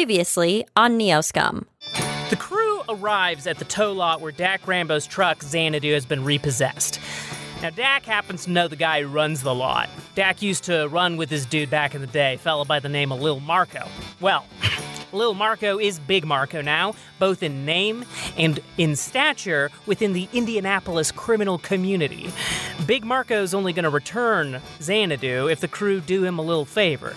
Previously on Neoscum. The crew arrives at the tow lot where Dak Rambo's truck, Xanadu, has been repossessed. Now, Dak happens to know the guy who runs the lot. Dak used to run with this dude back in the day, fella by the name of Lil Marco. Well, Lil Marco is Big Marco now, both in name and in stature within the Indianapolis criminal community. Big Marco's only going to return Xanadu if the crew do him a little favor.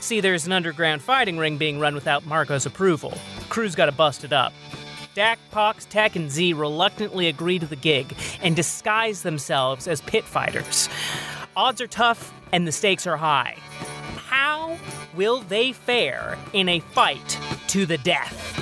See, there's an underground fighting ring being run without Marco's approval. Crew's got to bust it up. Dak, Pox, Tech, and Z reluctantly agree to the gig and disguise themselves as pit fighters. Odds are tough and the stakes are high. How will they fare in a fight to the death?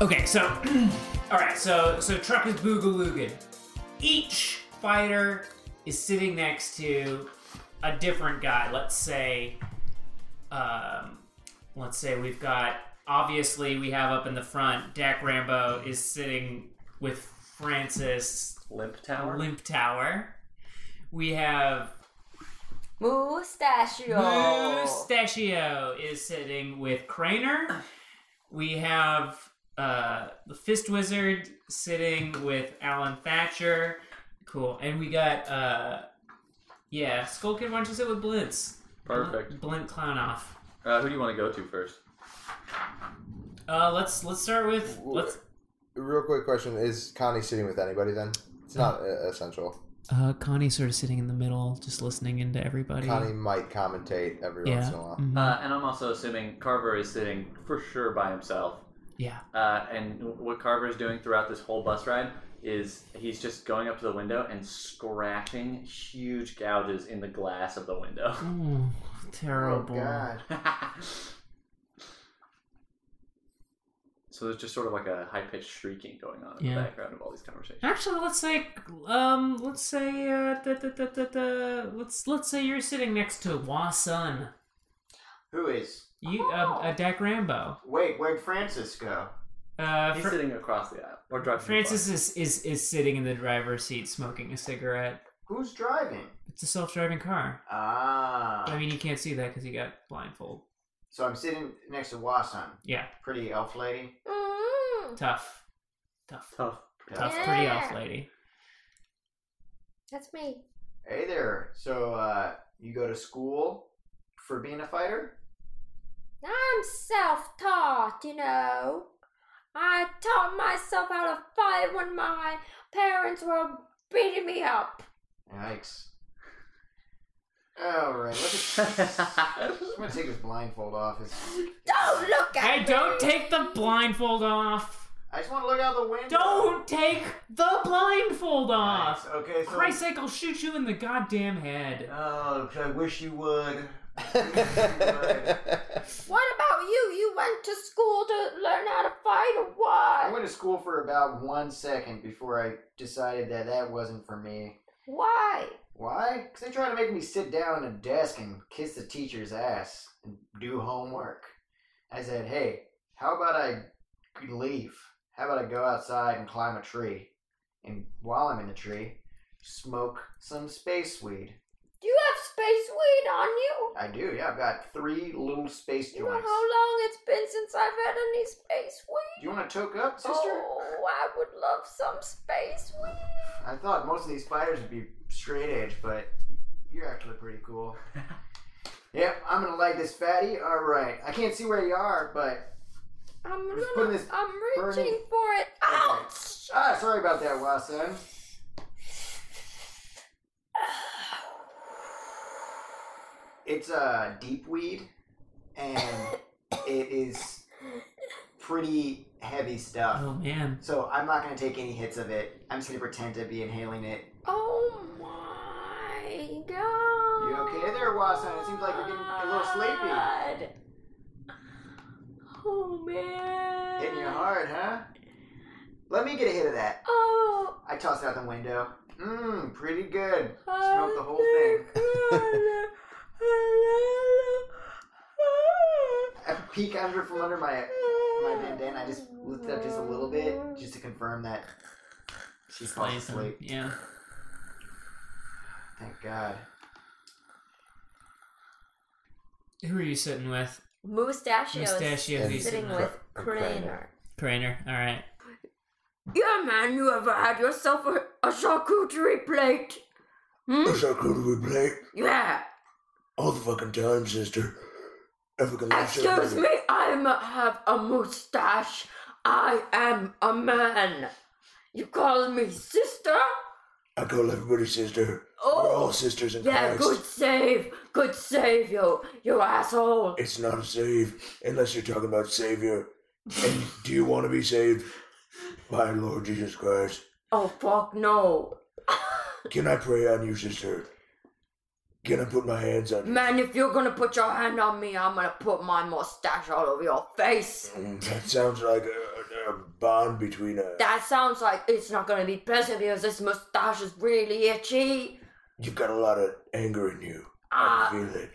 Okay, so all right, so so truck is boogaloogan. Each fighter is sitting next to a different guy. Let's say, um, let's say we've got obviously we have up in the front. Dak Rambo is sitting with Francis Limp Tower. Limp Tower. We have Mustachio. Mustachio is sitting with Craner. We have uh, the Fist Wizard sitting with Alan Thatcher. Cool. And we got, uh, yeah, Skull Kid, why don't you sit with Blintz? Perfect. Blint Clownoff. Uh, who do you want to go to first? Uh, let's let's start with let's. Real quick question: Is Connie sitting with anybody? Then it's not Mm. uh, essential. Uh, Connie's sort of sitting in the middle, just listening into everybody. Connie might commentate every yeah. once in a while. mhm, Uh, and I'm also assuming Carver is sitting for sure by himself. yeah. Uh, and what Carver is doing throughout this whole bus ride is he's just going up to the window and scratching huge gouges in the glass of the window. Oh, Oh terrible. God! so there's just sort of like a high pitched shrieking going on in Yeah. the background of all these conversations. Actually, let's say, um, let's say, uh, da, da, da, da, da, let's let's say you're sitting next to Wasun. Who is? You, uh, uh, Dak Rambo. Wait, where'd Francis go? Uh, He's Fra- sitting across the aisle or driving. the Francis is, is is sitting in the driver's seat smoking a cigarette. Who's driving? It's a self-driving car. Ah. I mean, you can't see that because you got blindfold. so I'm sitting next to Wasan. Yeah, Pretty elf lady. Mm, tough, tough, bus. Tough. tough, pretty Yeah. elf lady. that's me. Hey there. So, uh, you go to school for being a fighter? I'm self taught, you know. I taught myself how to fight when my parents were beating me up. Yikes. Alright, let's. I'm gonna take this blindfold off. It's, Don't look at Hey, me. don't take the blindfold off. I just want to look out the window. Don't take the blindfold Nice. off. Okay, so. For Christ's sake, I'll shoot you in the goddamn head. Oh, 'cause I wish you would. What about you? You went to school to learn how to fight or I what? went to school for about one second before I decided that that wasn't for me. Why? Why? Because they try to make me sit down at a desk and kiss the teacher's ass and do homework. I said, hey, how about I leave? How about I go outside and climb a tree? And while I'm in the tree, smoke some space weed. Do you have space weed on you? I do, yeah, I've got three little space You know how joints. long it's been since I've had any space weed? Do you want to toke up, sister? Oh, I would love some space weed. I thought most of these fighters would be straight edge, but you're actually pretty cool. yep, I'm gonna like this fatty. All right, I can't see where you are, but I'm Just gonna, put this I'm reaching burning- for it. Ouch! ah, sorry about that, Wasan. It's a uh, deep weed, and it is pretty heavy stuff. Oh man. So I'm not going to take any hits of it. I'm just going to pretend to be inhaling it. Oh my god. You okay there, Watson? It seems like you're getting a little sleepy. Oh man. Hitting you hard, huh? Let me get a hit of that. Oh. I toss it out the window. Mmm, pretty good. Smoke Smoke the whole thing. I peek under from under my my bandana. I just lift it up just a little bit, just to confirm that she's fallen Nice. asleep. Yeah. Thank God. Who are you sitting with? Mustachio. Mustachio. Who you He's Sitting sitting cra- with? with a Craner. craner. Craner. All right. Yeah, man, you ever had yourself a, a charcuterie plate? Hmm? charcuterie plate Yeah. all the fucking time, sister. African Excuse me, I m- have a mustache. I am a man. You call me sister? I call everybody sister. Oh, sisters in yeah, good save. Good save, you, you asshole. It's not a save unless you're talking about savior. And do you want to be saved by our Lord Jesus Christ? Oh, fuck no. Can I pray on you, sister? Can I put my hands on you? Man, if you're gonna put your hand on me, I'm gonna put my mustache all over your face. Mm, That sounds like a, a bond between a. That sounds like it's not gonna be pleasant because this mustache is really itchy. You've got a lot of anger in you. I Ah, can feel it.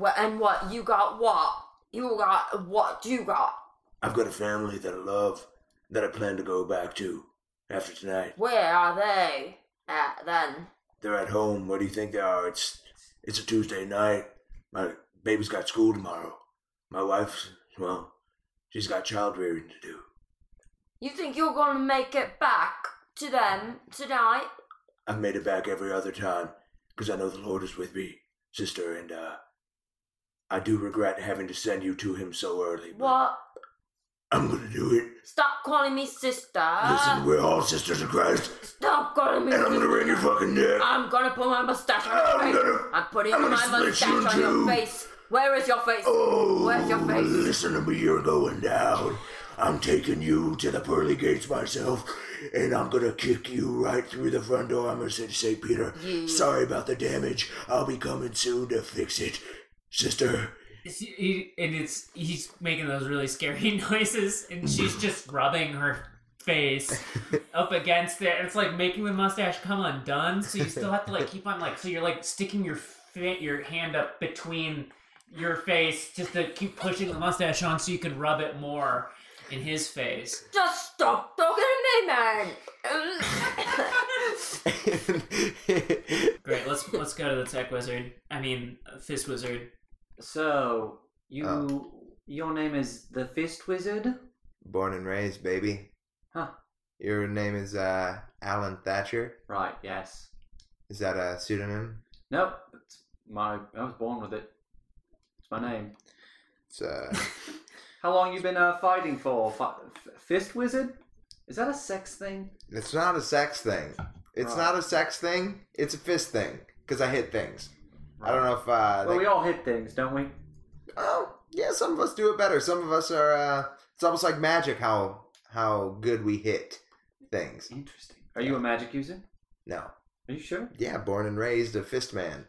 wh- and what? You got what? You got what? You got I've got a family that I love that I plan to go back to after tonight. Where are they at then? They're at home. Where do you think they are? It's it's a Tuesday night. My baby's got school tomorrow. My wife's well, she's got child rearing to do. You think you're gonna make it back to them tonight? I've made it back every other time because I know the Lord is with me, sister, and uh, I do regret having to send you to Him so early. But What? I'm gonna do it. Stop calling me sister. Listen, we're all sisters of Christ, Stop calling me and I'm gonna sister. wring your fucking neck. I'm gonna put my mustache on your I'm face. gonna- I'm putting I'm gonna my split mustache you in on your two. face. Where is your face? Oh, Where's your face? listen to me, you're going down. I'm taking you to the pearly gates myself, and I'm gonna kick you right through the front door. I'm gonna say to St. Peter, You- sorry about the damage. I'll be coming soon to fix it. Sister, It's- he- and it's he's making those really scary noises, and she's just rubbing her face up against it. And it's like making the mustache come undone, so you still have to like keep on like so you're like sticking your fa- your hand up between your face just to keep pushing the mustache on so you can rub it more in his face. Just stop talking to me, man. Great, let's let's go to the tech wizard. I mean, uh, fist wizard. Oh. So you, your name is the Fist Wizard. Born and raised, baby. Huh. Your name is uh, Alan Thatcher. Right. Yes. Is that a pseudonym? Nope. It's my. I was born with it. It's my name. It's uh, How long you been uh, fighting for? Fi- f- fist Wizard? Is that a sex thing? it's not a sex thing. It's Right. not a sex thing. It's a fist thing. Cause I hit things. I don't know if uh, Well, they- we all hit things, don't we? Oh, yeah, some of us do it better. Some of us are. Uh, it's almost like magic how how good we hit things. Interesting. Are you a magic user? No, Are you sure? yeah, born and raised a fist man.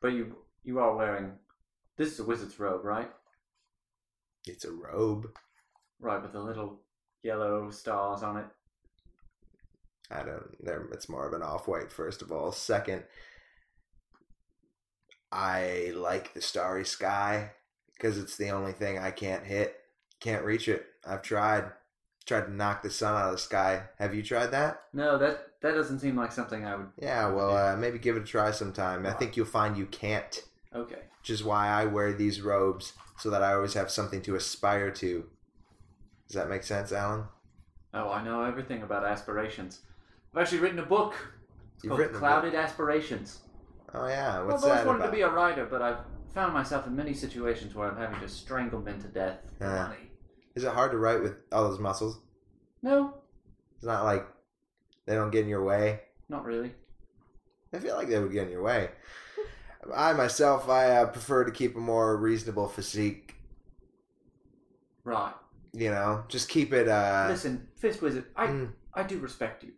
But you, you are wearing. This is a wizard's robe, right? It's a robe. Right, with the little yellow stars on it. I don't. There, it's more of an off white. First of all, second, I like the starry sky because it's the only thing I can't hit. Can't reach it. I've tried. Tried to knock the sun out of the sky. Have you tried that? No, that that doesn't seem like something I would. Yeah. Well, uh, maybe give it a try sometime. I think you'll find you can't. Okay. which is why I wear these robes so that I always have something to aspire to. Does that make sense, Alan? Oh, I know everything about aspirations. I've actually written a book. It's You've called written a book? Oh, Clouded Aspirations. Oh yeah, what's I've always that wanted about? to be a writer, but I've found myself in many situations where I'm having to strangle men to death. for Yeah. money. Is it hard to write with all those muscles? No, It's not like they don't get in your way. not really. I feel like they would get in your way. I myself, I uh, prefer to keep a more reasonable physique. Right. You know, just keep it. uh Listen, Fizzquizit, I mm, I do respect you,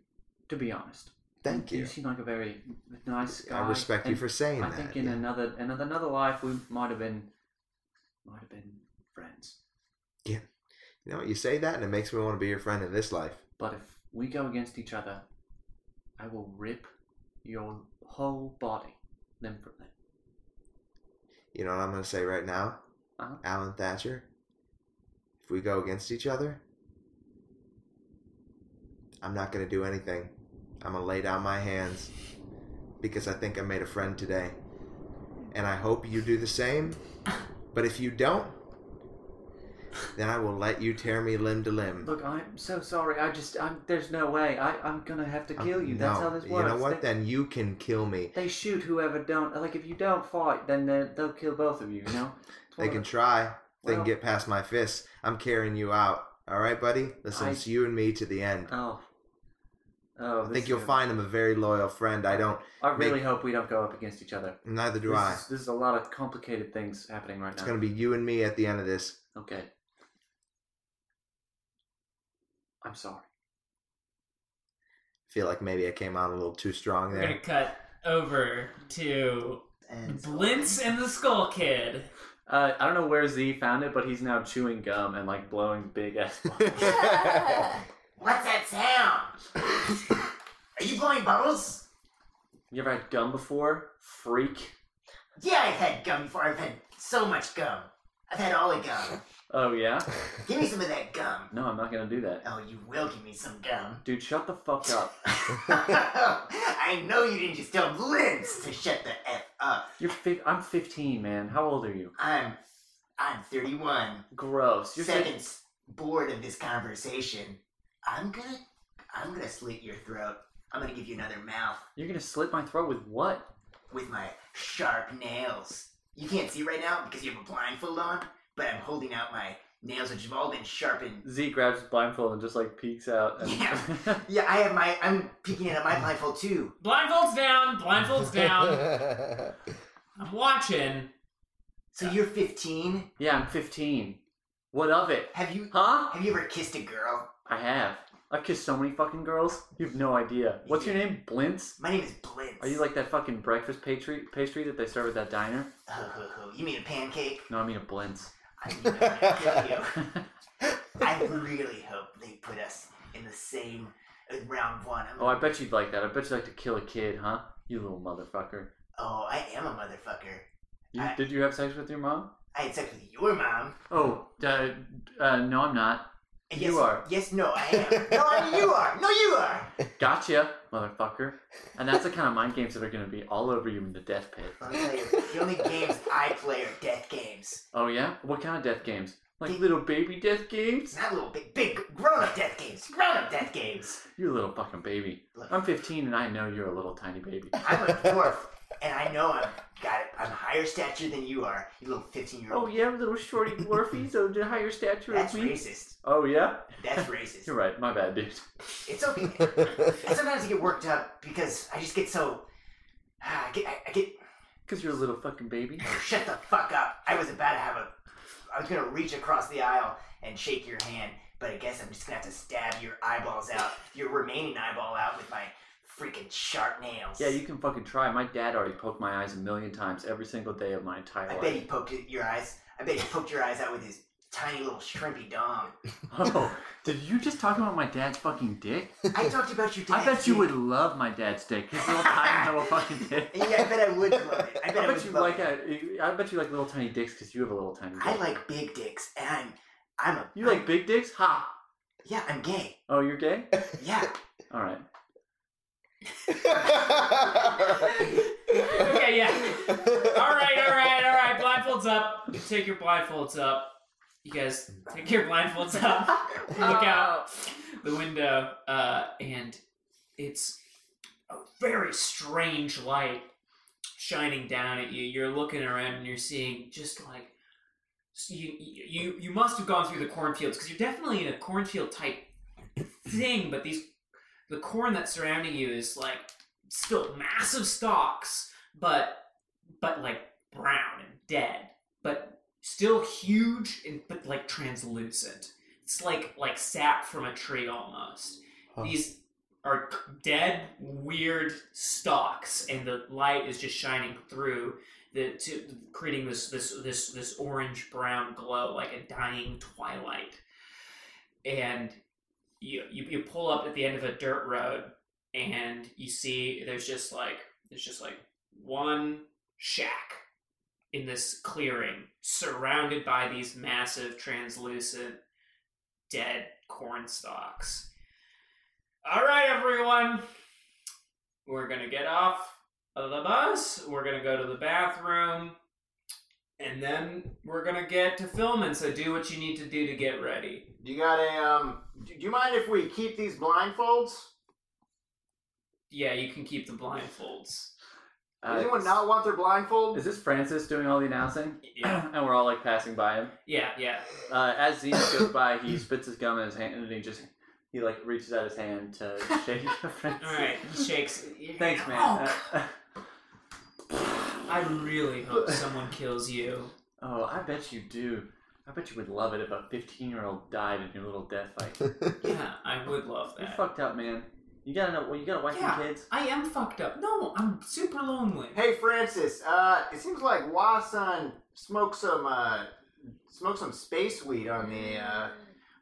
to be honest. Thank you. seem like a very nice guy. I respect you and for saying I that. think in yeah. another in another life we might have been might have been friends. you know, what, you say that, and it makes me want to be your friend in this life. But if we go against each other, I will rip your whole body limb from limb. You know what I'm going to say right now, Uh-huh. Alan Thatcher. If we go against each other, I'm not going to do anything. I'm going to lay down my hands because I think I made a friend today, and I hope you do the same. But if you don't, then I will let you tear me limb to limb. Look, I'm so sorry. I just I'm there's no way. I I'm gonna have to Um, kill you. That's no. how this You works. know what? They, Then you can kill me. they shoot whoever don't like if you don't fight, then they- they'll kill both of you. You know. It's They one can of the- try. They can Well- get past my fists. I'm carrying you out. All right, buddy. Listen, I- it's you and me to the end. Oh. Oh, I this think is you'll gonna- find him a very loyal friend. I don't. I really make- hope we don't go up against each other. Neither do this I. Is, this is a lot of complicated things happening right It's now. gonna be you and me at the end of this. Okay. I'm sorry. feel like maybe I came out a little too strong We're gonna there. cut over to And Blintz and the Skull Kid. Uh, I don't know where Z found it, but he's now chewing gum and like blowing big ass. What's that sound? Are you blowing bubbles? you ever had gum before? Freak. Yeah, I've had gum before. I've had so much gum. I've had all the gum. Oh yeah. Give me some of that gum. No, I'm not gonna do that. Oh, you will give me some gum. Dude, shut the fuck up. I know you didn't just tell Blitz to shut the F up. You're fi- I'm 15, man. How old are you? I'm I'm 31. Gross. You're fif- Seconds bored of this conversation. I'm gonna I'm gonna slit your throat. I'm gonna give you another mouth You're gonna slit my throat with what? with my sharp nails. You can't see right now because you have a blindfold on, but I'm holding out my nails which have all been sharpened. Z grabs his blindfold and just like peeks out. And Yeah. Yeah, I have my I'm peeking at my blindfold too. Blindfolds down, blindfolds down. I'm watching. So you're 15. Yeah, I'm 15. What of it? Have you Huh? have you ever kissed a girl? I have. I've kissed so many fucking girls. You have no idea. What's your name? Blintz? My name is Blintz. Are you like that fucking breakfast pastry pastry that they serve at that diner? Ho, ho, ho. You mean a pancake? No, I mean a Blintz. I mean, I kill you. I really hope they put us in the same uh, round one. I'm, oh, I bet you'd like that. I bet you like to kill a kid, huh? You little motherfucker. oh, I am a motherfucker. You, I- did you have sex with your mom? I had sex with your mom. Oh, uh, uh, no, I'm not. And You yes, are. Yes, no, I am. No, I mean, you are. No, you are. Gotcha, motherfucker. And that's the kind of mind games that are going to be all over you in the death pit. Let me tell you, the only games I play are death games. Oh, yeah? What kind of death games? Like little baby death games? It's not little big, big grown up death games. Grown up death games. You little fucking baby. Look, I'm 15 and I know you're a little tiny baby. I'm a dwarf, and I know I'm got it. I'm higher stature than you are, you little 15 year Oh, old. yeah, little shorty dwarfies of the higher stature That's of me. racist. Oh, yeah? That's racist. You're right. My bad, dude. It's okay. I sometimes get worked up because I just get so. I get. I, I get. Because you're a little fucking baby. Shut the fuck up! I was about to have a. I was gonna reach across the aisle and shake your hand, but I guess I'm just gonna have to stab your eyeballs out, your remaining eyeball out with my freaking sharp nails. Yeah, you can fucking try. My dad already poked my eyes a million times every single day of my entire I bet he life. poked it- your eyes. I bet he poked your eyes out with his tiny little shrimpy dong. Oh, did you just talk about my dad's fucking dick? I talked about your. I dad's bet you dick. would love my dad's dick. His little tiny little fucking dick. Yeah, I bet I would love it. I bet, I would bet you love like it. a, I bet you like little tiny dicks because you have a little tiny. Dick. I like big dicks, and I'm. I'm a. you like big dicks? Ha! Yeah, I'm gay. Oh, you're gay? Yeah. All right. Okay, yeah. All right, all right, all right. Blindfolds up. Take your blindfolds up. You guys, take your blindfolds up. Look out the window, uh, and it's a very strange light shining down at you. You're looking around and you're seeing just like so you you you must have gone through the cornfields because you're definitely in a cornfield type thing. But these the corn that's surrounding you is like still massive stalks, but but like brown and dead, but still huge and but like translucent. It's like like sap from a tree almost. Huh. These are c- dead, weird stalks, and the light is just shining through the to, creating this this this this orange brown glow like a dying twilight. And you, you you pull up at the end of a dirt road, and you see there's just like there's just like one shack in this clearing, surrounded by these massive translucent dead corn stalks. All right, everyone. We're going to get off of the bus. We're going to go to the bathroom. And then we're going to get to filming. So do what you need to do to get ready. You got a um? Do you mind if we keep these blindfolds? Yeah, you can keep the blindfolds. Uh, Does anyone not want their blindfold? Is this Francis doing all the announcing? Yeah. and we're all like passing by him. Yeah, yeah. Uh, as Xena goes by, he spits his gum in his hand and he just he like reaches out his hand to shake to Francis. All right. He shakes. Thanks, man. Oh, Uh, uh, I really hope someone kills you. oh, I bet you do. I bet you would love it if a 15 year old died in your little death fight. Yeah, I would love you that. fucked up, man. You gotta know. Well, you gotta watch Yeah. your kids. I am fucked up. No, I'm super lonely. Hey Francis, uh, it seems like Wasan smoked some uh, smoked some space weed on the uh,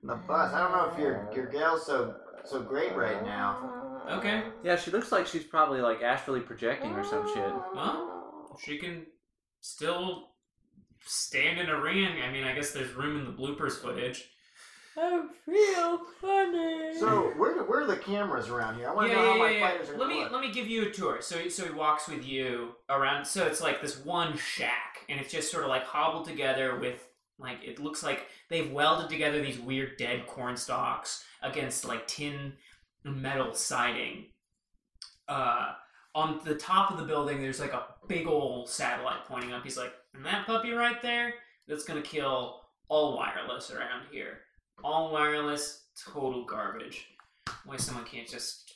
on the bus. I don't know if your your gal's so so great right now. Okay. Yeah, she looks like she's probably like astrally projecting or some shit. Well, she can still stand in a ring. I mean, I guess there's room in the bloopers footage. I feel funny. So where where are the cameras around here? I Yeah, want to know yeah, how yeah, my yeah. fighters are Let gonna me look. let me give you a tour. So so he walks with you around. So it's like this one shack, and it's just sort of like hobbled together with like it looks like they've welded together these weird dead corn stalks against like tin and metal siding. Uh, on the top of the building, there's like a big old satellite pointing up. He's like, and that puppy right there, that's gonna kill all wireless around here. All wireless, total garbage. Why someone can't just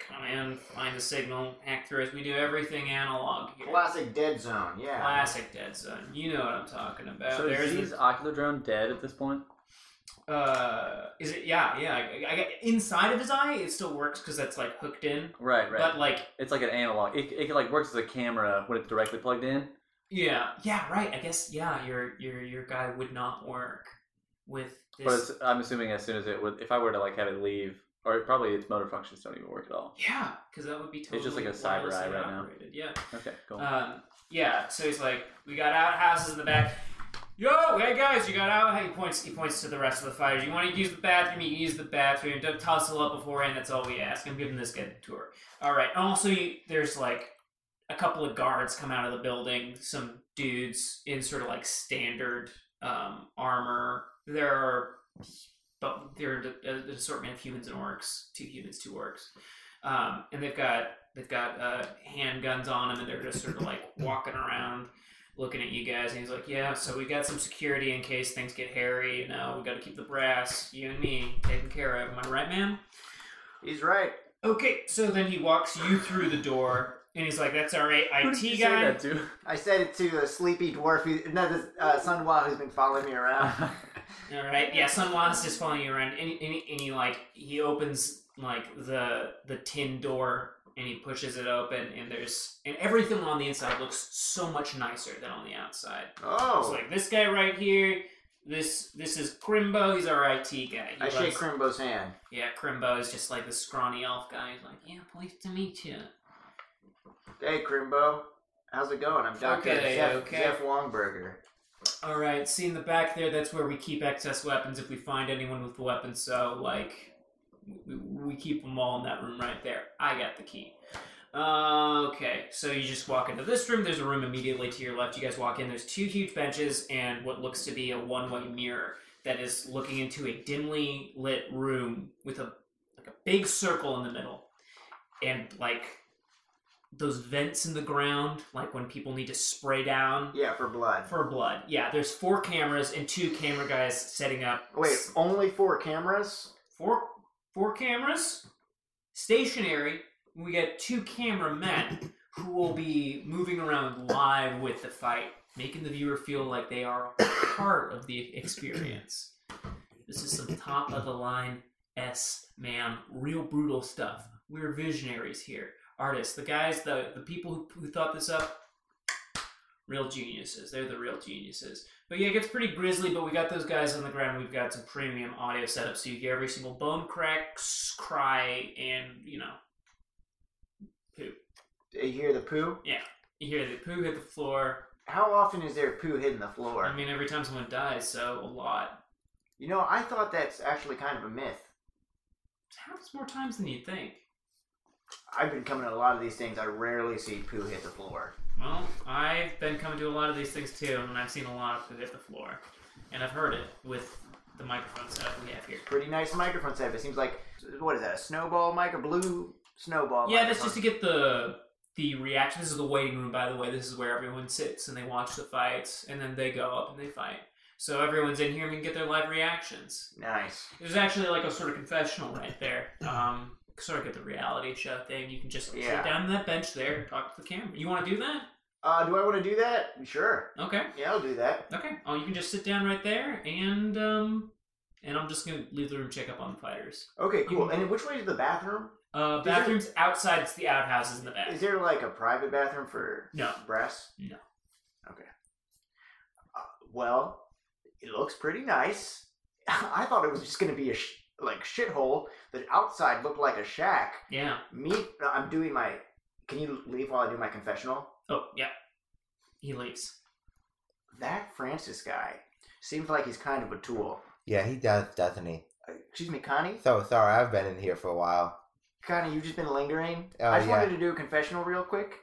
come in, find a signal, hack through it? We do everything analog here. Classic dead zone. Yeah. Classic Dead Zone. You know what I'm talking about. so There's is his ocular drone dead at this point? uh, is it? Yeah, yeah. I, I, I, inside of his eye, it still works because that's like hooked in. Right, right. But like, it's like an analog. It, it like works as a camera when it's directly plugged in. yeah, yeah, right. I guess yeah, your your your guy would not work with this. But it's, I'm assuming as soon as it would, if I were to like have it leave, or it, probably its motor functions don't even work at all. yeah, because that would be totally. just like a cyber eye wirelessly right now. operated, Yeah. Okay, cool. Um, yeah, so he's like, we got outhouses in the back. Yo, hey guys, you got out. He points. He points to the rest of the fighters. You want to use the bathroom? You can use the bathroom. Don't tussle up beforehand. That's all we ask. I'm giving this guy the tour. All right. Also, you, there's like a couple of guards come out of the building. Some dudes in sort of like standard um, armor. There are, but there are an uh, assortment of humans and orcs. Two humans, two orcs um, and they've got they've got uh, handguns on them, and they're just sort of like walking around, looking at you guys. And he's like, "Yeah, so we got some security in case things get hairy. You know, we got to keep the brass, you and me, taken care of. Am I right, ma'am?" He's right. Okay. So then he walks you through the door, and he's like, "That's our IT Who did you say guy." that to? I said it to a sleepy dwarf. Who, no, this uh, Sunwa who's been following me around. All right. Yeah, Sunwan's just following you around, and, he- and, he- and he like he opens like the the tin door and he pushes it open, and there's and everything on the inside looks so much nicer than on the outside. oh. It's like this guy right here. This this is Crimbo. He's our IT guy. He I shake loves- Crimbo's hand. Yeah, Crimbo is just like the scrawny elf guy. He's like, yeah, pleased to meet you. Hey, Crimbo. How's it going? I'm Dr. Okay, Jeff, okay. Jeff Longberger. All right, see in the back there. That's where we keep excess weapons if we find anyone with weapons. So like, we, we keep them all in that room right there. I got the key. Uh, okay, so you just walk into this room. There's a room immediately to your left. You guys walk in. There's two huge benches and what looks to be a one-way mirror that is looking into a dimly lit room with a like a big circle in the middle, and like those vents in the ground, like when people need to spray down. Yeah, for blood. For blood, yeah. There's four cameras and two camera guys setting up. Wait, s- only four cameras? four four cameras, stationary. We got two cameramen who will be moving around live with the fight. making the viewer feel like they are a part of the experience. This is some top of the line S, man, real brutal stuff. We're visionaries here, artists. The guys, the the people who, who thought this up, real geniuses. They're the real geniuses. But yeah, it gets pretty grisly. But we got those guys on the ground. We've got some premium audio setup, so you get every single bone crack, s- cry, and you know You hear the poo? you hear the poo hit the floor. How often is there poo hitting the floor? I mean, every time someone dies, so a lot. you know, I thought that's actually kind of a myth. It happens more times than you think. I've been coming to a lot of these things. I rarely see poo hit the floor. Well, I've been coming to a lot of these things too, and I've seen a lot of poo hit the floor, and I've heard it with the microphone setup we have here. Pretty nice microphone setup. It seems like what is that? A snowball mic? A blue snowball? Yeah, that's microphone. just to get the the reaction. This is the waiting room, by the way. This is where everyone sits and they watch the fights, and then they go up and they fight. So everyone's in here and we can get their live reactions. nice. There's actually like a sort of confessional right there. Um, sort of get the reality show thing. You can just Yeah. sit down on that bench there and talk to the camera. You want to do that? Uh, do I want to do that? Sure. Okay. Yeah, I'll do that. Okay. Oh, you can just sit down right there, and um, and I'm just gonna leave the room, check up on the fighters. Okay, cool. can- And which way is the bathroom? Uh, Is there- bathrooms outside. It's the outhouses in the back. Is there like a private bathroom for No. brass? No. Okay. Uh, well, it looks pretty nice. I thought it was just gonna be a sh- like shithole. The outside looked like a shack. Yeah. Me, no, I'm doing my. Can you leave while I do my confessional? Oh, yeah. He leaves. That Francis guy seems like he's kind of a tool. Yeah, he does, doesn't he? Uh, Excuse me, Connie. So sorry, I've been in here for a while. Connie, you've just been lingering. Oh, I just yeah. wanted to do a confessional real quick.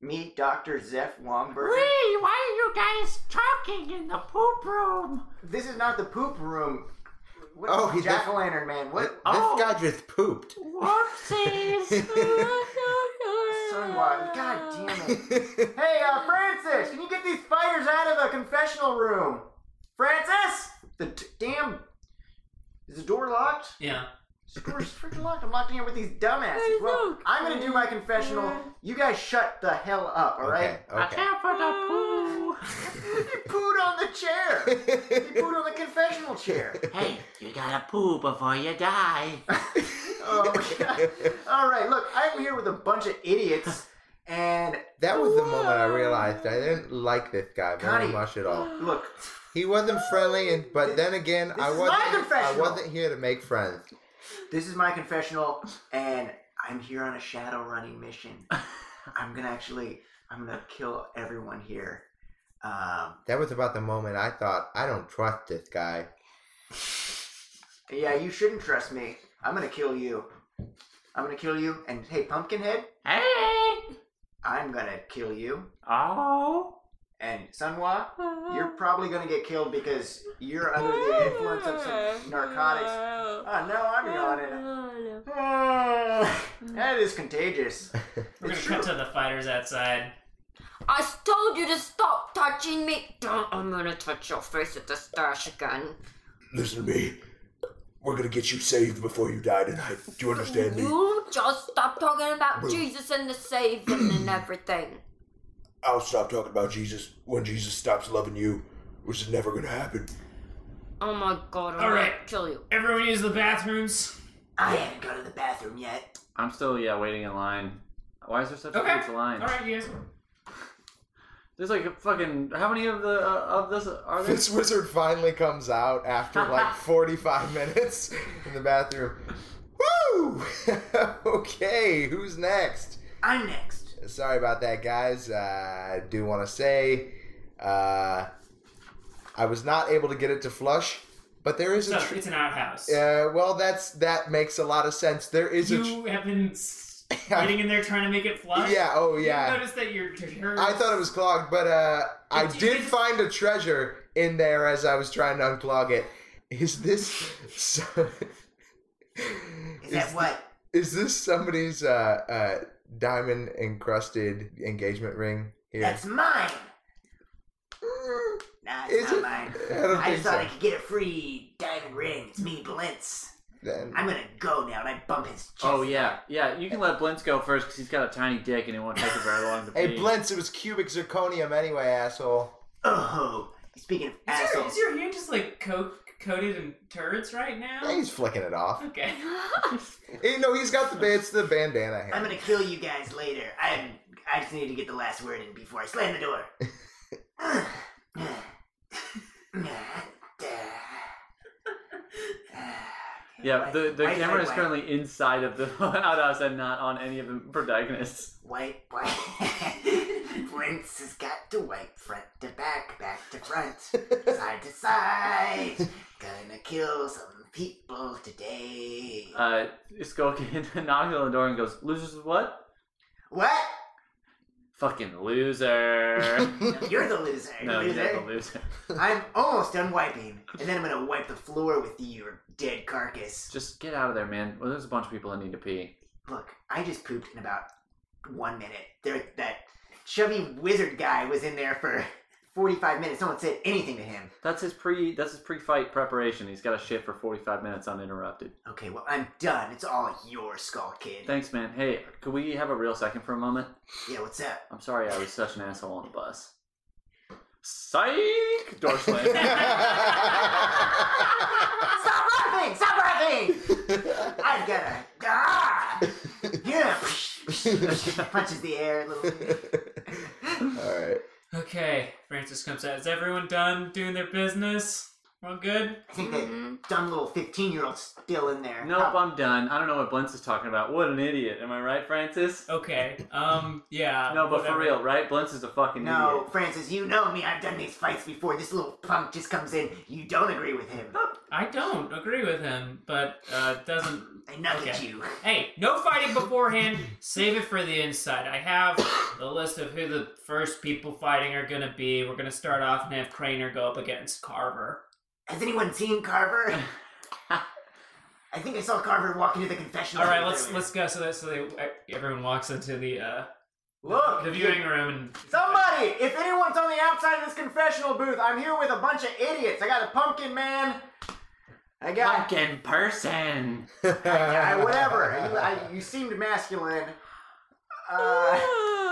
Me, Dr. Zeph Longberg. why are you guys talking in the poop room? This is not the poop room. What, Oh, he- jack o' lantern man. Th- What? This guy just pooped. Whoopsies. Sunwise. God damn it. Hey, uh, Francis, can you get these fighters out of the confessional room? Francis? The t- damn. Is the door locked? Yeah. The door's freaking locked. I'm locked in here with these dumbasses. Hey, Well, look. I'm gonna do my confessional. You guys shut the hell up, alright? Okay. for the poo. You pooed on the chair! okay. You pooed on the confessional chair. Hey, you gotta poo before you die. Oh my god. All right, look, I'm here with a bunch of idiots, and that was the moment I realized I didn't like this guy very Connie. much at all. look, He wasn't friendly, and but then again, I is my wasn't. I confessional. wasn't here to make friends. this is my confessional, and I'm here on a shadow running mission. I'm gonna actually, I'm gonna kill everyone here. Um, That was about the moment I thought I don't trust this guy. yeah, you shouldn't trust me. I'm gonna kill you. I'm gonna kill you, and hey, Pumpkinhead, Hey! I'm gonna kill you. Oh. And Sunwa, you're probably gonna get killed because you're under the influence of some narcotics. Oh no, I'm not it. Oh, that is contagious. We're gonna It's cut true. to the fighters outside. I told you to stop touching me. Don't, I'm gonna touch your face with the stash again. Listen to me. We're gonna get you saved before you die tonight. Do you understand me? You just stop talking about Boo. Jesus and the saving and everything. I'll stop talking about Jesus when Jesus stops loving you, which is never gonna happen. Oh my god, I'm All gonna right. kill you. Everyone use the bathrooms. I haven't gone to the bathroom yet. I'm still yeah waiting in line. Why is there such Okay. a huge line? Hmm. All right, you guys. There's like a fucking how many of the uh, of this are there? This wizard finally comes out after like 45 minutes in the bathroom. Woo! okay, who's next? I'm next. Sorry about that, guys. Uh, I do want to say uh, I was not able to get it to flush, but there is So a. Tr- it's an outhouse. uh, well, that's that makes a lot of sense. There is a. You have been s- getting in there trying to make it flush. yeah. Oh, yeah. You notice that your your- I thought it was clogged, but uh, I Did you- did did- find a treasure in there as I was trying to unclog it. Is this so, Is that what? is this somebody's uh, uh, diamond encrusted engagement ring here? That's mine. Nah, Is it's not it? mine. I don't I just think thought so. I could get a free diamond ring. It's me, Blitz. then. I'm gonna go now, and I bump his chest. Oh yeah, yeah. You can let Blintz go first because he's got a tiny dick and it won't take him very long to Hey, pee. Blintz, it was cubic zirconium anyway, asshole. Oh, speaking of Is your, assholes, is your hand just like coke coated in turds right Yeah, now? he's flicking it off. Okay. Hey, no, he's got the ba- it's the bandana I'm hand. gonna kill you guys later. I'm. I just need to get the last word in before I slam the door. Yeah, the, the Wait, camera wait, is wait. currently inside of the outhouse and not on any of the protagonists. Wipe, wipe. Blintz has got to wipe front to back, back to front, side to side. Gonna kill some people today. Uh, Skulkin knocks on the door and goes, "Losers is what? what? Fucking loser." No, you're the loser. no, you're loser. not the loser. I'm almost done wiping, and then I'm gonna wipe the floor with your dead carcass. Just get out of there, man. Well, there's a bunch of people that need to pee. Look, I just pooped in about one minute. There, that chubby wizard guy was in there for 45 minutes. No one said anything to him. That's his pre. That's his pre-fight preparation. He's got to shit for 45 minutes uninterrupted. Okay, well, I'm done. It's all your skull, kid. Thanks, man. Hey, could we have a real second for a moment? yeah, what's up? I'm sorry I was such an asshole on the bus. Psych! Door slam. Stop laughing! Stop laughing! I've got a. Ah! Yeah! Punches the air a little bit. All right. Okay. Francis comes out. Is everyone done doing their business? We're all good? I think that dumb little 15 year old's still in there. nope, I'm done. I don't know what Blintz is talking about. What an idiot. Am I right, Francis? Okay. Um, Oh, yeah. No, but for whatever. real, right? Blintz is a fucking No, idiot. Francis, you know me. I've done these fights before. This little punk just comes in. You don't agree with him. I don't agree with him, but uh doesn't I nug at Okay. you. Hey, no fighting beforehand. Save it for the inside. I have the list of who the first people fighting are gonna be. We're gonna start off and have Craner go up against Carver. Has anyone seen Carver? I think I saw Carver walk into the confessional. All right, room let's earlier. let's go. So that so they, everyone walks into the uh, Look, the viewing room and Somebody, if anyone's on the outside of this confessional booth, I'm here with a bunch of idiots. I got a pumpkin man. I got Fucking person! I, whatever. You, I, you seemed masculine. Uh,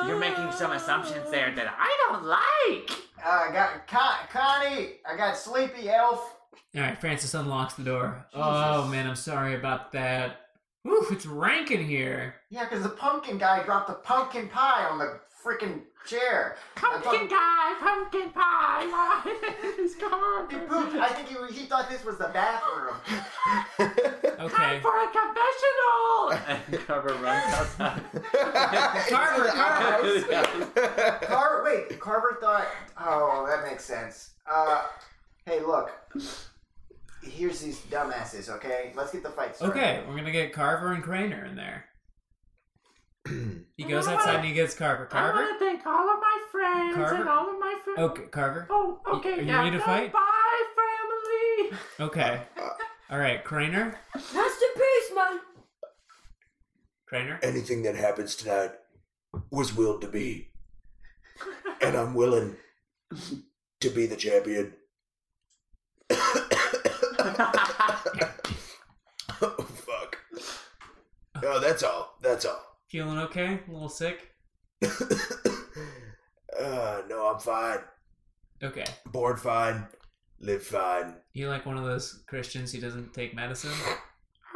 You're making some assumptions there that I don't like! I got Con- Connie. I got Sleepy Elf. All right, Francis unlocks the door. Oh man, I'm sorry about that. Woo, it's rank in here. Yeah, because the pumpkin guy dropped the pumpkin pie on the freaking chair. Pumpkin guy, pumpkin pie. He's gone. He pooped. I think he, he thought this was the bathroom. Okay. For a confessional. And Carver runs outside. Carver, Carver. Car- wait, Carver thought. Oh, that makes sense. Uh, hey, look. Here's these dumbasses. Okay, let's get the fight started. Okay, we're gonna get Carver and Craner in there. He goes outside and he gets Carver. I Carver. want to thank all of my friends Carver? and all of my friends. Okay, Carver. Oh, okay. you now ready to fight? Bye, family. Okay. All right, Craner. Rest in peace, man. Craner. Anything that happens tonight was willed to be. And I'm willing to be the champion. oh, fuck. Oh, that's all. That's all. Feeling okay? A little sick? uh, no, I'm fine. Okay. Born fine. Live fine. You like one of those Christians who doesn't take medicine?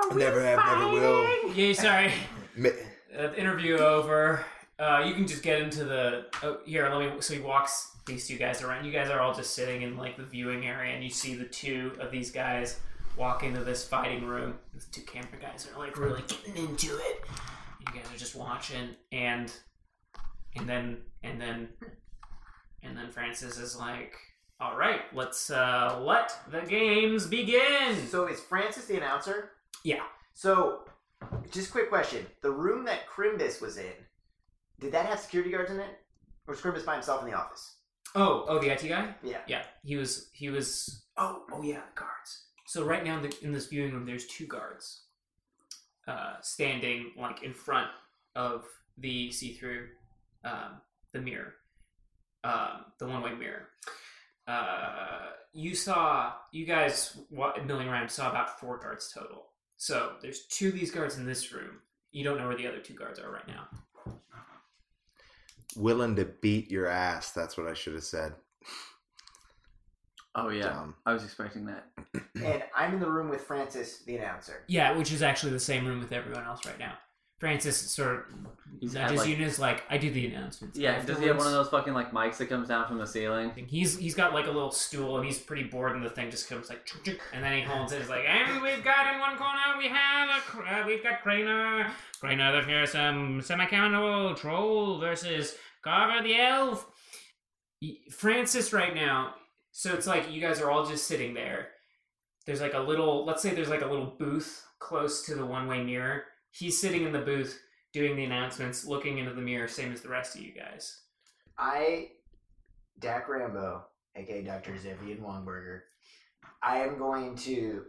Are we Never have, never will. fighting? Yay, sorry. Ma- Uh, interview over. Uh, you can just get into the. Oh, here, let me. So he walks these two guys around. You guys are all just sitting in like the viewing area, and you see the two of these guys walk into this fighting room. The two camera guys are like really getting into it. You guys are just watching, and and then and then and then Francis is like, "All right, let's uh, let the games begin." So is Francis the announcer? Yeah. So, just quick question: the room that Crimbus was in, did that have security guards in it, or was Crimbus by himself in the office? Oh, oh, the IT guy. Yeah. Yeah, he was. He was. Oh, oh yeah, the guards. So right now in, the, in this viewing room, there's two guards, uh, standing like in front of the see-through, um, the mirror, um, the one-way mirror. Uh, you saw, you guys wa- milling around, saw about four guards total. So there's two of these guards in this room. You don't know where the other two guards are right now. Willing to beat your ass. That's what I should have said. Oh yeah, Dumb. I was expecting that. And I'm in the room with Francis, the announcer. Yeah, which is actually the same room with everyone else right now. Francis sort He's of had, nudges like- you and is like, "I do the announcements." Yeah, does he have one afterwards." of those fucking like mics that comes down from the ceiling? thing. He's he's got like a little stool and he's pretty bored and the thing just comes like chuk, chuk, and then he holds it. He's like, and we've got in one corner we have a cr- uh, we've got Craner, Craner the fearsome semi-cannibal troll versus Carver the elf. Y- Francis right now. So it's like you guys are all just sitting there. There's like a little let's say there's like a little booth close to the one-way mirror. He's sitting in the booth doing the announcements, looking into the mirror, same as the rest of you guys. I, Dak Rambo, aka Dr. Zevian Wongberger, I am going to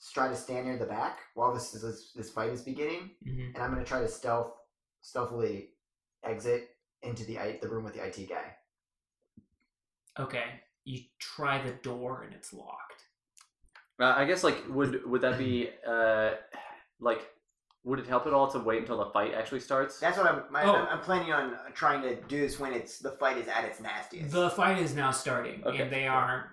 s- try to stand near the back while this is, this, this fight is beginning, Mm-hmm. and I'm going to try to stealth stealthily exit into the I, the room with the IT guy. Okay. You try the door and it's locked. Uh, I guess like would would that be uh like would it help at all to wait until the fight actually starts? That's what I'm. My, Oh. I'm, I'm planning on trying to do this when it's the fight is at its nastiest. The fight is now starting Okay. and they are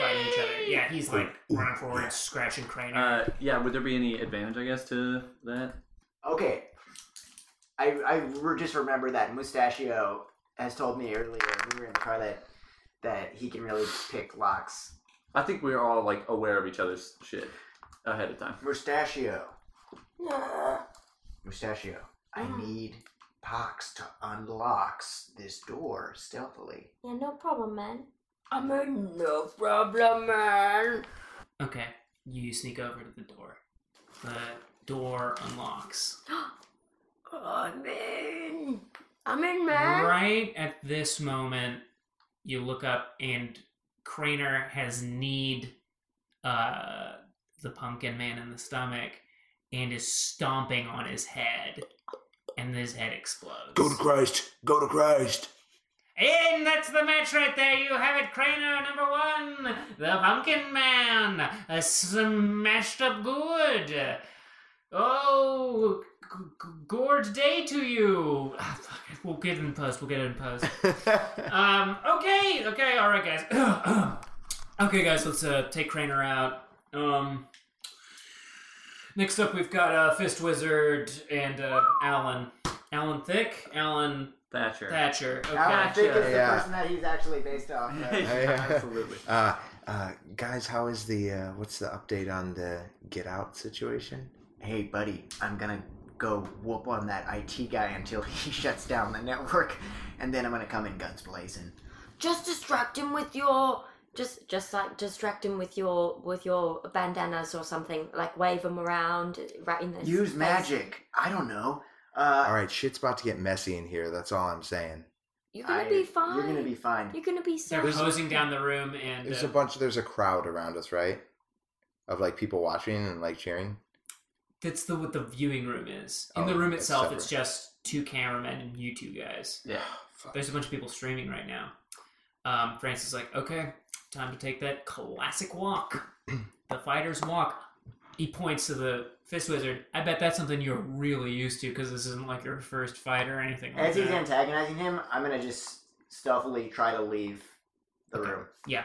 fighting each other. Yeah, he's like running forward, and scratching Crane. Uh, yeah, would there be any advantage, I guess, to that? Okay. I, I re- just remember that Mustachio has told me earlier when we were in the car that that he can really pick locks. I think we're all like aware of each other's shit ahead of time. Mustachio. Mustachio. I need Pox to unlock this door stealthily. Yeah, no problem, man. I'm a no problem, man. Okay. You sneak over to the door. The door unlocks. I'm in. I'm in, man. Right at this moment, you look up and Craner has kneed uh, the pumpkin man in the stomach and is stomping on his head. And his head explodes. Go to Christ. Go to Christ. And that's the match right there. You have it, Craner, number one, the Pumpkin Man, uh, smashed up good. Oh, g- g- gorge day to you. Ah, fuck it. We'll get it in post. We'll get it in post. um, okay, okay, all right, guys. okay, guys, let's uh, take Craner out. Um, next up, we've got uh, Fist Wizard and uh, Alan. Alan Thick, Alan Thatcher. Thatcher. Okay. Alan Thicke is Yeah. the person that he's actually based off of. Yeah, absolutely. Uh, uh, guys, how is the uh, what's the update on the get out situation? hey, buddy, I'm gonna go whoop on that IT guy until he shuts down the network, and then I'm gonna come in guns blazing. Just distract him with your. Just, just like distract him with your with your bandanas or something. Like wave them around right in this. Use magic. I don't know. Uh, All right, shit's about to get messy in here. That's all I'm saying. You're gonna I- be fine. You're gonna be fine. You're gonna be They're so. hosing down the room and There's uh, a bunch. There's a crowd around us, right? Of like people watching and like cheering. that's the what the viewing room is. In Oh, the room that's itself, it's separate. just two cameramen and you two guys. Yeah. Fuck. There's a bunch of people streaming right now. Um, Francis is like, okay, time to take that classic walk, the fighter's walk. He points to the fist wizard. I bet that's something you're really used to because this isn't like your first fight or anything like As he's that. antagonizing him, I'm gonna just stealthily try to leave the room. yeah,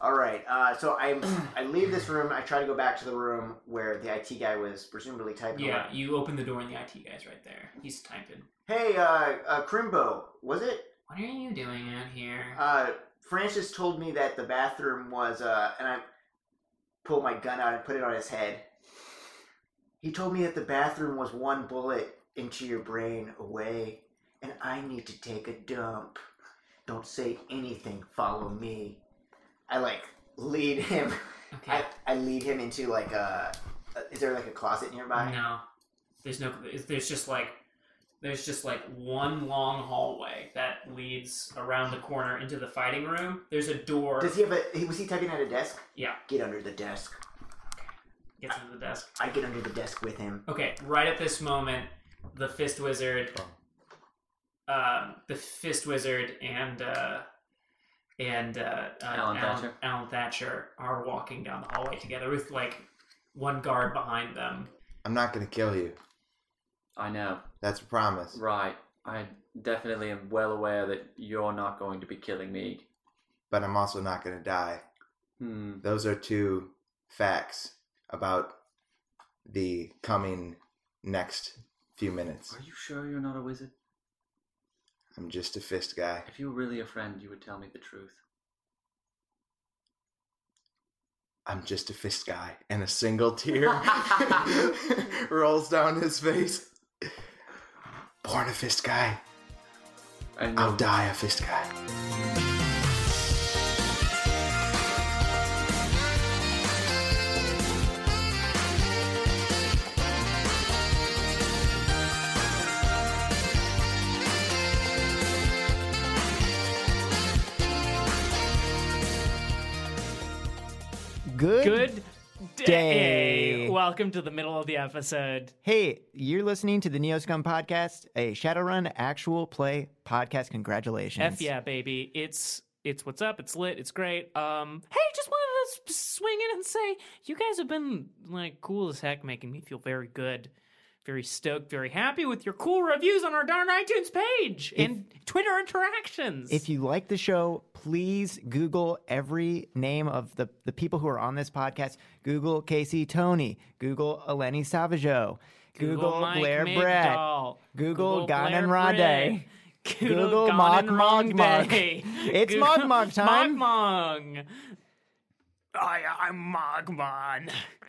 All right. Uh, so I I leave this room. I try to go back to the room where the IT guy was presumably typing. yeah. away. You open the door and the IT guy's right there. He's typing. Hey, uh, uh, Crimbo, was it? What are you doing out here? Uh, Francis told me that the bathroom was. Uh, and I pulled my gun out and put it on his head. He told me that the bathroom was one bullet into your brain away, and I need to take a dump. Don't say anything. Follow me. I like lead him. okay. I, I lead him into like a. Is there like a closet nearby? No, there's no. There's just like there's just like one long hallway that leads around the corner into the fighting room. There's a door. Does he have a? he- Was he typing at a desk? Yeah. Get under the desk. Gets under the desk. I get under the desk with him. Okay, right at this moment, the fist wizard, Oh. um, the fist wizard, and uh, and uh, uh, Alan Thatcher. Alan Thatcher are walking down the hallway together with like one guard behind them. I'm not gonna kill you. I know. That's a promise. Right. I definitely am well aware that you're not going to be killing me. But I'm also not gonna die. Hmm. Those are two facts about the coming next few minutes. Are you sure you're not a wizard? I'm just a fist guy. If you were really a friend, you would tell me the truth. I'm just a fist guy. And a single tear rolls down his face. Born a fist guy. And I'll die a fist guy. Good. Good day. day. Welcome to the middle of the episode. Hey, you're listening to the Neoscum podcast, a Shadowrun actual play podcast. Congratulations. F yeah, baby. It's it's what's up. It's lit. It's great. Um, hey, just wanted to s- swing in and say you guys have been like cool as heck, making me feel very good, very stoked, very happy with your cool reviews on our darn iTunes page and Twitter interactions. If you like the show, please Google every name of the, the people who are on this podcast. Google Casey Tony, Google Eleni Savageau, Google, Mike Blair Brett, Migdahl, Google Blair Ganon Rade, Brett, Google Ganon Mog Mog Mog. Rade, It's Google- Mog Mog time. Mog Mog. I, I'm Mog Mog.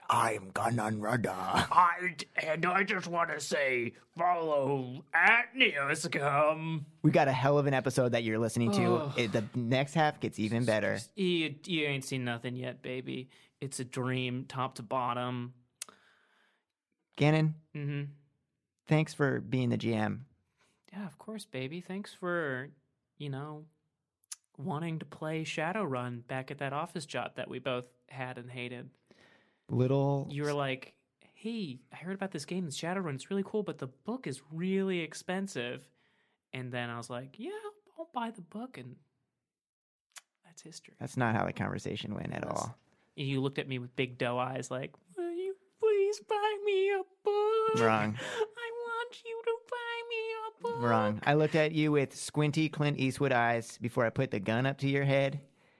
I'm Ganon Rada. I and I just want to say follow at Neoscum. We got a hell of an episode that you're listening to. It- the next half gets even better. You you ain't seen nothing yet, baby. It's a dream, top to bottom. Ganon, hmm thanks for being the GM. Yeah, of course, baby. Thanks for you know wanting to play Shadowrun back at that office job that we both had and hated. Little You were like, "Hey, I heard about this game, Shadowrun. It's really cool, but the book is really expensive." And then I was like, "Yeah, I'll- I'll buy the book," and that's history. That's not how the conversation went at That's- all. And you looked at me with big doe eyes, like, Will you please buy me a book? Wrong. I want you to buy me a book. Wrong. I looked at you with squinty Clint Eastwood eyes before I put the gun up to your head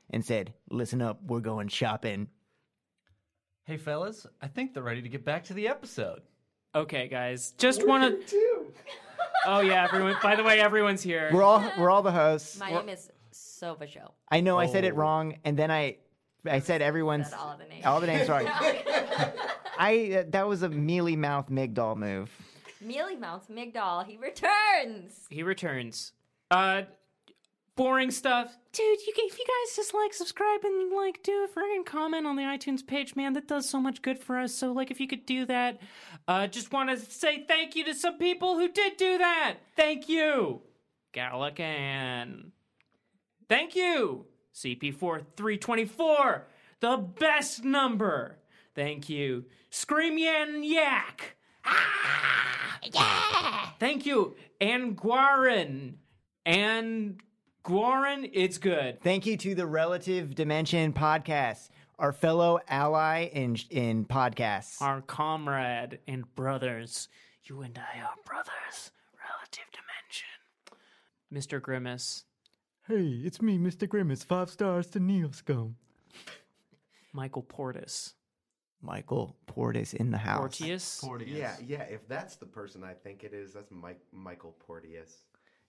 and said, Listen up, we're going shopping. Hey, fellas, I think they're ready to get back to the episode. Okay, guys. Just want to. Oh, yeah, everyone. By the way, everyone's here. We're all we're all the hosts. My name is Sova Show. I know I said it wrong, and then I I said everyone's That's all of the names. all the names wrong. I uh, that was a mealy mouth migdal move. Mealy Mouth Migdal, he returns. He returns. Uh, boring stuff. Dude, you, if you guys just like, subscribe, and like, do a friggin' comment on the iTunes page, man, that does so much good for us. So, like, if you could do that, uh, just want to say thank you to some people who did do that. Thank you, Gallican. Thank you, CP4324, the best number. Thank you, Scream Yan Yak. Thank you, and Guarin. And Guarin, it's good. Thank you to the Relative Dimension podcast, our fellow ally in in podcasts. Our comrade and brothers. You and I are brothers. Relative dimension. Mr. Grimace, Hey, it's me, Mr. Grimace. Five stars to Neil Scum. Michael Portis, Michael Portis in the house. Porteous. Yeah, yeah. If that's the person I think it is, that's Mike Michael Porteous.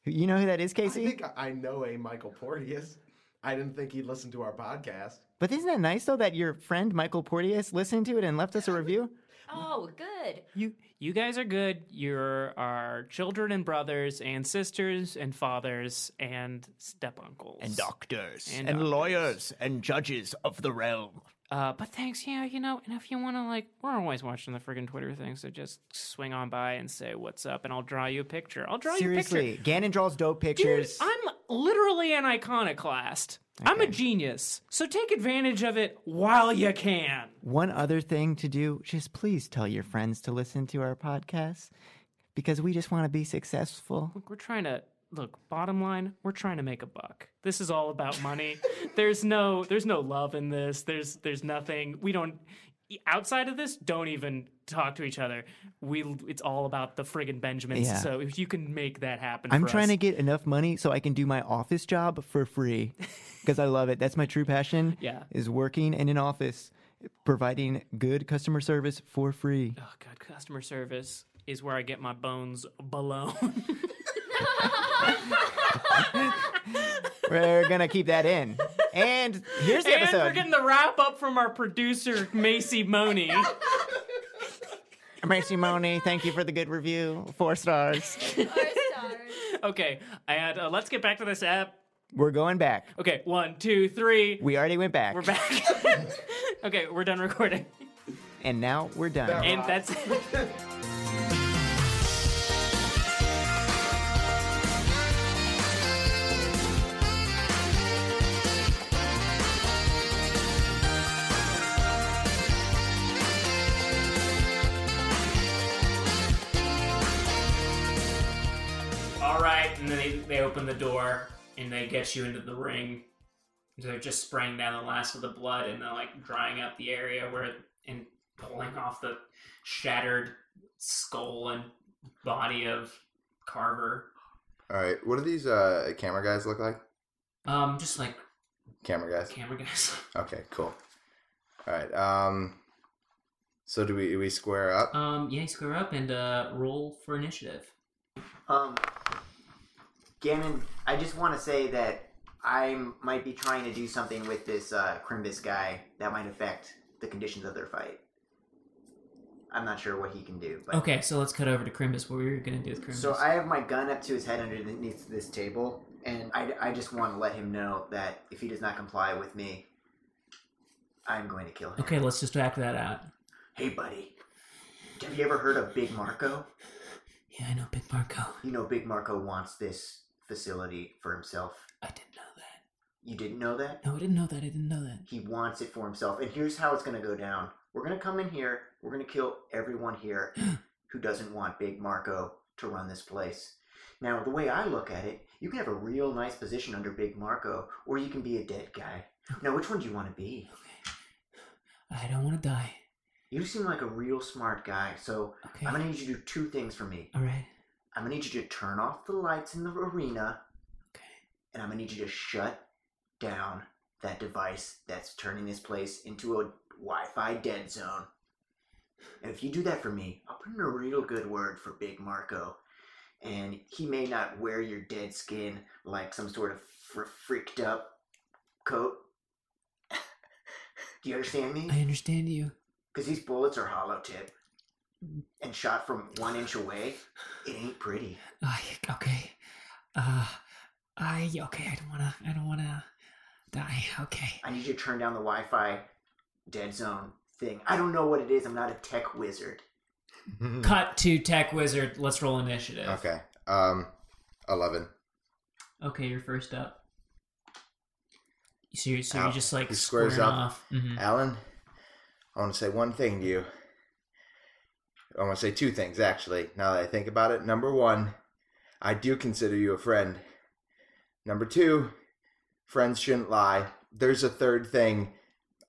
Who- You know who that is, I Casey? think I know a Michael Porteous. I didn't think he'd listen to our podcast. But isn't that nice though that your friend Michael Porteous listened to it and left us a review? Oh, good. You you guys are good. You're our children and brothers and sisters and fathers and step uncles doctors And and doctors. lawyers and judges of the realm. Uh, but thanks, yeah, you know, and if you want to, like, we're always watching the friggin' Twitter thing, so just swing on by and say what's up, and I'll draw you a picture. I'll draw you a Seriously, picture. Gannon draws dope Dude, pictures. I'm literally an iconoclast. I'm a genius, so take advantage of it while you can. One other thing to do, just please tell your friends to listen to our podcast because we just want to be successful. Look, we're trying to look. Bottom line, we're trying to make a buck. This is all about money. there's no, there's no love in this. There's, there's nothing. We don't. outside of this, don't even talk to each other. We it's all about the friggin' Benjamins. Yeah. So if you can make that happen, I'm for trying us. to get enough money so I can do my office job for free because I love it. That's my true passion. Yeah. Is working in an office, providing good customer service for free. Oh God, customer service is where I get my bones blown. We're going to keep that in. And here's the and we're episode. getting the wrap up from our producer Macy Money. Mercy Moni, thank you for the good review. Four stars. okay, and uh, let's get back to this app. We're going back. Okay, one, two, three. We already went back. We're back. okay, we're done recording, And now we're done. and that's it. All right, and then they, they open the door and they get you into the ring. They're just spraying down the last of the blood and they're like drying up the area where and pulling off the shattered skull and body of Carver. All right. What do these uh, camera guys look like? Um, just like Camera guys. camera guys. Okay. Cool. All right. Um. So do we do we square up? Uh, Um, yeah, square up and uh, roll for initiative. Um, Ganon, I just want to say that I might be trying to do something with this uh, Krimbus guy that might affect the conditions of their fight. I'm not sure what he can do, but Okay, so let's cut over to Krimbus. What were you gonna do with Krimbus? So I have my gun up to his head underneath this table, and I, I just want to let him know that if he does not comply with me, I'm going to kill him. Okay, let's just act that out. Hey, buddy. Have you ever heard of Big Marco? Yeah, I know Big Marco. You know Big Marco wants this facility for himself. I didn't know that. You didn't know that? No, I didn't know that. I didn't know that. He wants it for himself. And here's how it's going to go down. We're going to come in here. We're going to kill everyone here who doesn't want Big Marco to run this place. Now, the way I look at it, you can have a real nice position under Big Marco, or you can be a dead guy. Now, which one do you want to be? I don't want to die. You seem like a real smart guy, so I'm going to need you to do two things for me. All right. I'm gonna need you to turn off the lights in the arena. Okay. And I'm gonna need you to shut down that device that's turning this place into a Wi-Fi dead zone. And if you do that for me, I'll put in a real good word for Big Marco. And he may not wear your dead skin like some sort of fr- freaked up coat. do you understand me? I understand you. Because these bullets are hollow tip. And shot from one inch away, it ain't pretty. Uh, okay. Uh, I okay. I don't wanna. I don't wanna die. Okay. I need you to turn down the Wi-Fi dead zone thing. I don't know what it is. I'm not a tech wizard. Cut to Tech Wizard. Let's roll initiative. Okay. Um. Eleven. Okay, you're first up. So you're, so Al- you're just like he squares squaring up. off. Mhm. Alan, I want to say one thing to you. I want to say two things actually. Now that I think about it, number one, I do consider you a friend. Number two, friends shouldn't lie. There's a third thing.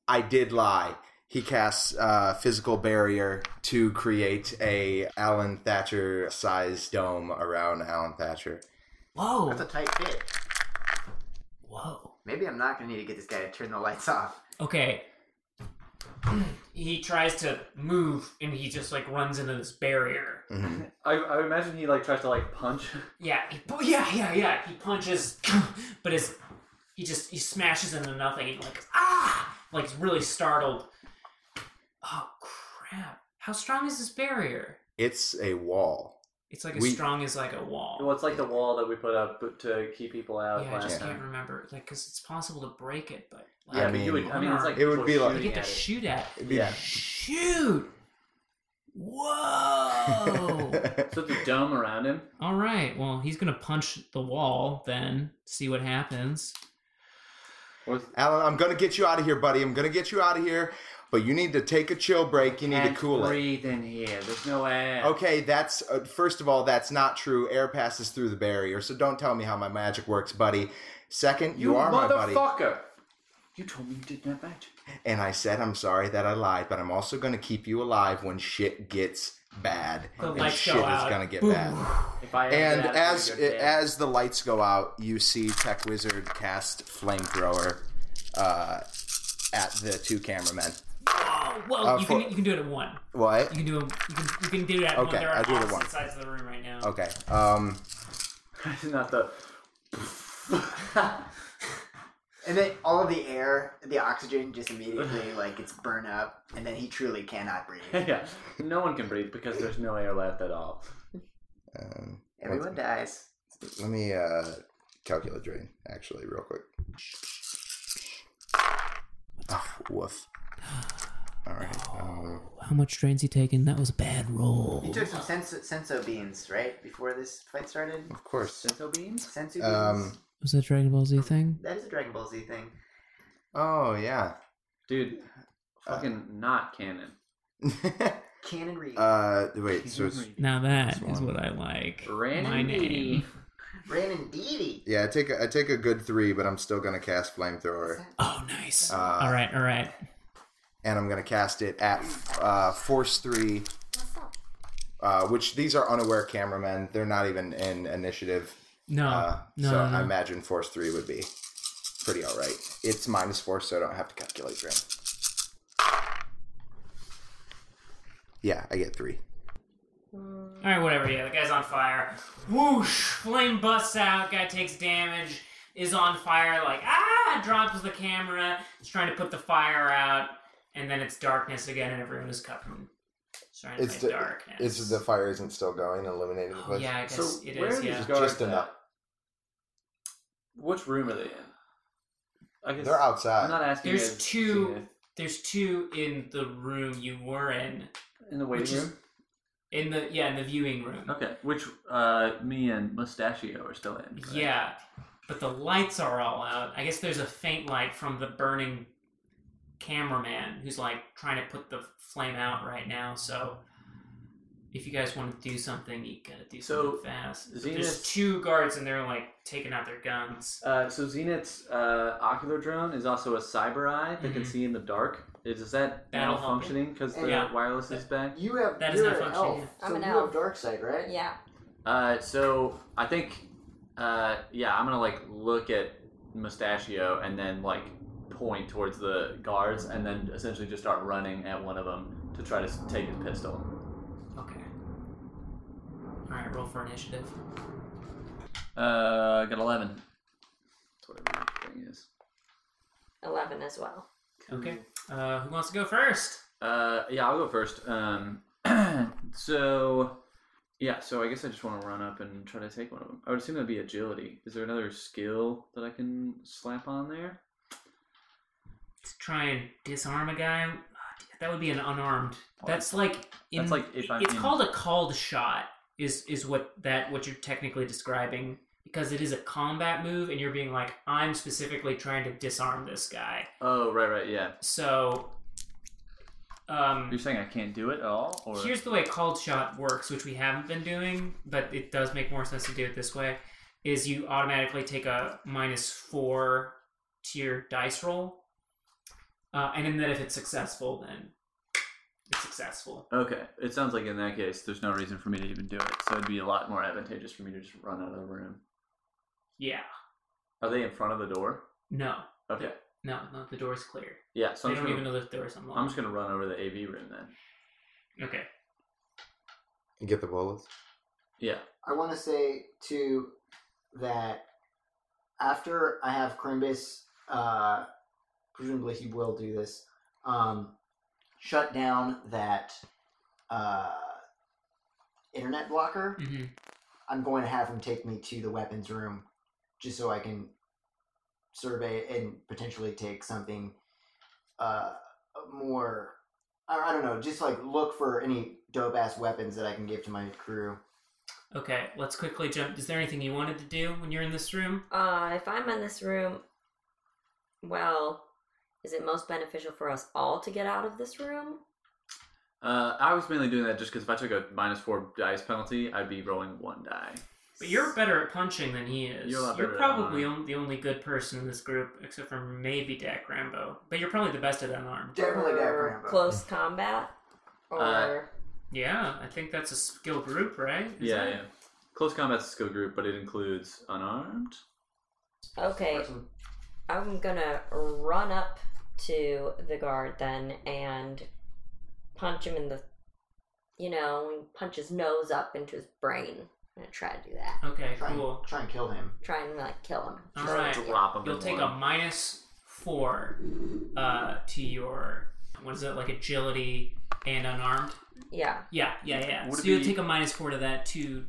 I did lie. He casts uh, physical barrier to create a Alan Thatcher size dome around Alan Thatcher. Whoa. That's a tight fit. Whoa. Maybe I'm not gonna need to get this guy to turn the lights off. Okay. He tries to move, and he just like runs into this barrier. Mm-hmm. I, I imagine he like tries to like punch. Yeah, he, pu- yeah, yeah, yeah. He punches, but his he just he smashes into nothing. And like ah, like he's really startled. Oh crap! How strong is this barrier? It's a wall. It's like as strong as like a wall. Well, it's like the wall that we put up to keep people out. Yeah, I last just time. can't remember. Like, cause it's possible to break it, but like, Yeah, but you would. I mean, it's like it would be like- you get to at it. shoot at. It'd be- Yeah. Shoot! Whoa! so the dome around him. All right. Well, he's gonna punch the wall then. See what happens. Alan, I'm gonna get you out of here, buddy. I'm gonna get you out of here, but you need to take a chill break. You need to Can't cool it. breathe in here. There's no air. Okay, that's uh, first of all, that's not true. Air passes through the barrier, so don't tell me how my magic works, buddy. Second, you, You are my buddy. motherfucker. You told me you did that magic. And I said, I'm sorry that I lied, but I'm also going to keep you alive when shit gets bad. The and lights shit go is out. going to get Boom. bad. If I ever And get out of as here, you're dead. as the lights go out, you see Tech Wizard cast Flamethrower uh, at the two cameramen. Oh, well, Uh, you, for- can, you can do it at one. What? You can do it. You can, you can do it at one. Okay, There are I do it at opposite one. sides of the room right now. Okay. Um, Not the. And then all of the air, the oxygen, just immediately like gets burned up, and then he truly cannot breathe. yeah, no one can breathe because there's no air left at all. um, Everyone dies. Let me uh, calculate drain actually real quick. Ah, woof. All right. Um, How much drain's he taking? That was a bad roll. He took some senso, senso beans right before this fight started. Of course. senso beans. Senso beans. Um, Was that Dragon Ball Z thing? that is a Dragon Ball Z thing. oh yeah. Dude, Uh, fucking not canon. Cannon Reed. Uh, wait. So it's Now that is what I like. Ran My and name. Ran and Deedee. yeah. I take a, I take a good three, but I'm still gonna cast flamethrower. Oh, nice. Uh, all right, all right. and I'm gonna cast it at uh, force three. Uh, which these are unaware cameramen. They're not even in initiative. No, Uh, Oh, no, so no, no. I imagine force three would be pretty all right. It's minus four, so I don't have to calculate drain. Yeah, I get three. All right, whatever. Yeah, the guy's on fire. Whoosh! Flame busts out. Guy takes damage. Is on fire. Like ah! Drops the camera. Is trying to put the fire out, and then it's darkness again, and everyone is covered in starting It's to the, darkness. Oh, it's the fire isn't still going, illuminating Oh, the place. yeah, I guess So it where is. are these Yeah. guards Just at? enough. Which room are they in? I guess They're outside. I'm not asking. you There's guys two. seen There's two in the room you were in. it. in the waiting which is- room. In the yeah, in the viewing room. Okay, which uh, me and Mustachio are still in. correct? Yeah, but the lights are all out. I guess there's a faint light from the burning cameraman who's like trying to put the flame out right now. So if you guys want to do something, you gotta do So, something fast. But Zenith- There's two guards and they're like taking out their guns. Uh, so Zenith's uh, ocular drone is also a cyber eye that can Mhm. see in the dark. Is, is that That'll help it. malfunctioning because the Yeah. wireless is back? You have That is Oh, you're not an functioning elf, yet. so I'm an you elf. have dark side, right? Yeah. Uh, so I think, uh, yeah, I'm gonna like look at Mustachio and then like point towards the guards and then essentially just start running at one of them to try to s- take his pistol. Okay. All right, roll for initiative. Uh, I got eleven. That's what the thing is. 11 as well. Okay. Uh, who wants to go first? Uh, yeah, I'll go first. Um, so yeah, so I guess I just want to run up and try to take one of them. I would assume that'd be agility. Is there another skill that I can slap on there? To try and disarm a guy. uh, That would be an unarmed. That's like in, That's like if I'm it's in- called a called shot. Is is what that what you're technically describing because it is a combat move and you're being like I'm specifically trying to disarm this guy. Oh, right, right, yeah. So um, You're saying I can't do it at all, or Here's the way called shot works, which we haven't been doing, but it does make more sense to do it this way. Is you automatically take a minus four to your dice roll, uh, and then if it's successful, then it's successful. Okay, it sounds like in that case, there's no reason for me to even do it. So it'd be a lot more advantageous for me to just run out of the room. Yeah. Are they in front of the door? No. Okay. No. No. The door's clear. Yeah. So they I'm don't just even gonna, know the door's unlocked. I'm just gonna run over to the AV room then. Okay. You get the bullets. Yeah. I want to say too that after I have Crimbus, uh, presumably he will do this. Um, shut down that uh, internet blocker. Mm-hmm. I'm going to have him take me to the weapons room, just so I can survey and potentially take something uh, more. I I don't know, just like look for any dope ass weapons that I can give to my crew. Okay. Let's quickly jump. Is there anything you wanted to do when you're in this room? Uh, if I'm in this room, well, is it most beneficial for us all to get out of this room? Uh, I was mainly doing that just because if I took a minus four dice penalty, I'd be rolling one die. But you're better at punching than he is. You're a lot better at probably on- the only good person in this group, except for maybe Dak Rambo. But you're probably the best at unarmed. Or Uh-huh. Close combat? Or. Uh, yeah, I think that's a skill group, right? Is yeah, it? yeah. Close combat's a skill group, but it includes unarmed. Okay. I'm gonna run up to the guard then and punch him in the you know, and punch his nose up into his brain. I'm gonna try to do that. Okay, cool. Try and kill him. Try and like kill him. All right. You'll take a minus four uh, to your what is it like agility and unarmed? Yeah. Yeah, yeah, yeah. Would so it you'll be- take a minus four to that to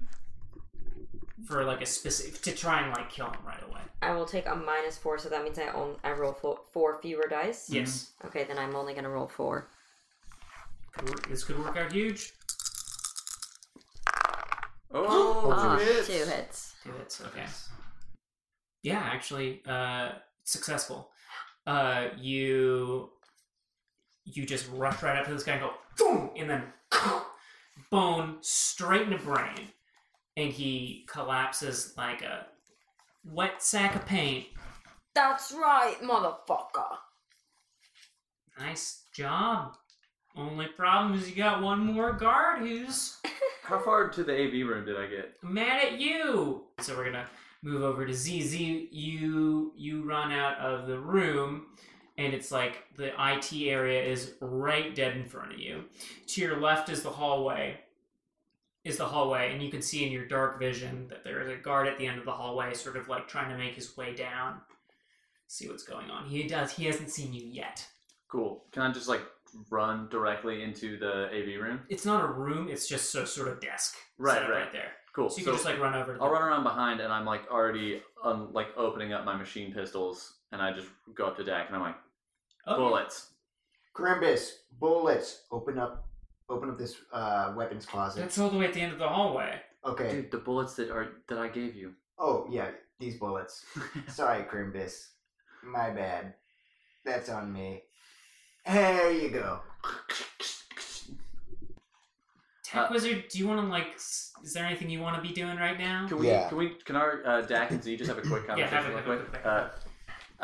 for like a specific to try and like kill him right away. I will take a minus four, so that means I own I roll four, four fewer Hmm. dice. Yes. Okay, then I'm only gonna roll four. Could work- This could work out huge. Oh, Oh, ah, two hits. two hits. Two hits. Okay. Yeah, actually, uh, successful. Uh, you you just rush right up to this guy and go boom, and then bone straight into brain, and he collapses like a wet sack of paint. That's right, motherfucker. Nice job. Only problem is you got one more guard who's How far to the AV room did I get? mad at you. So we're gonna move over to ZZ. You you run out of the room, and it's like the IT area is right dead in front of you. To your left is the hallway. Is the hallway, and you can see in your dark vision that there is a guard at the end of the hallway, sort of like trying to make his way down, see what's going on. He does. He hasn't seen you yet. Cool. Can I just like run directly into the AV room? It's not a room. It's just a sort of desk. Right, set up right. right there. Cool. So you can just like run over. to I'll the- run around behind, and I'm like already um, like opening up my machine pistols, and I just go up to Dak, and I'm like, Okay. bullets. Grimbus, bullets. Open up, open up this uh, weapons closet. That's all the way at the end of the hallway. Okay. Dude, the bullets that are that I gave you. Oh yeah, these bullets. Sorry, Grimbus. My bad. That's on me. There you go. Uh, Tech Wizard, do you want to like? s- Is there anything you want to be doing right now? Can we? Can we? Can our uh, Dak and Z just have a quick Yeah, have conversation? it, real have it, quick? Uh,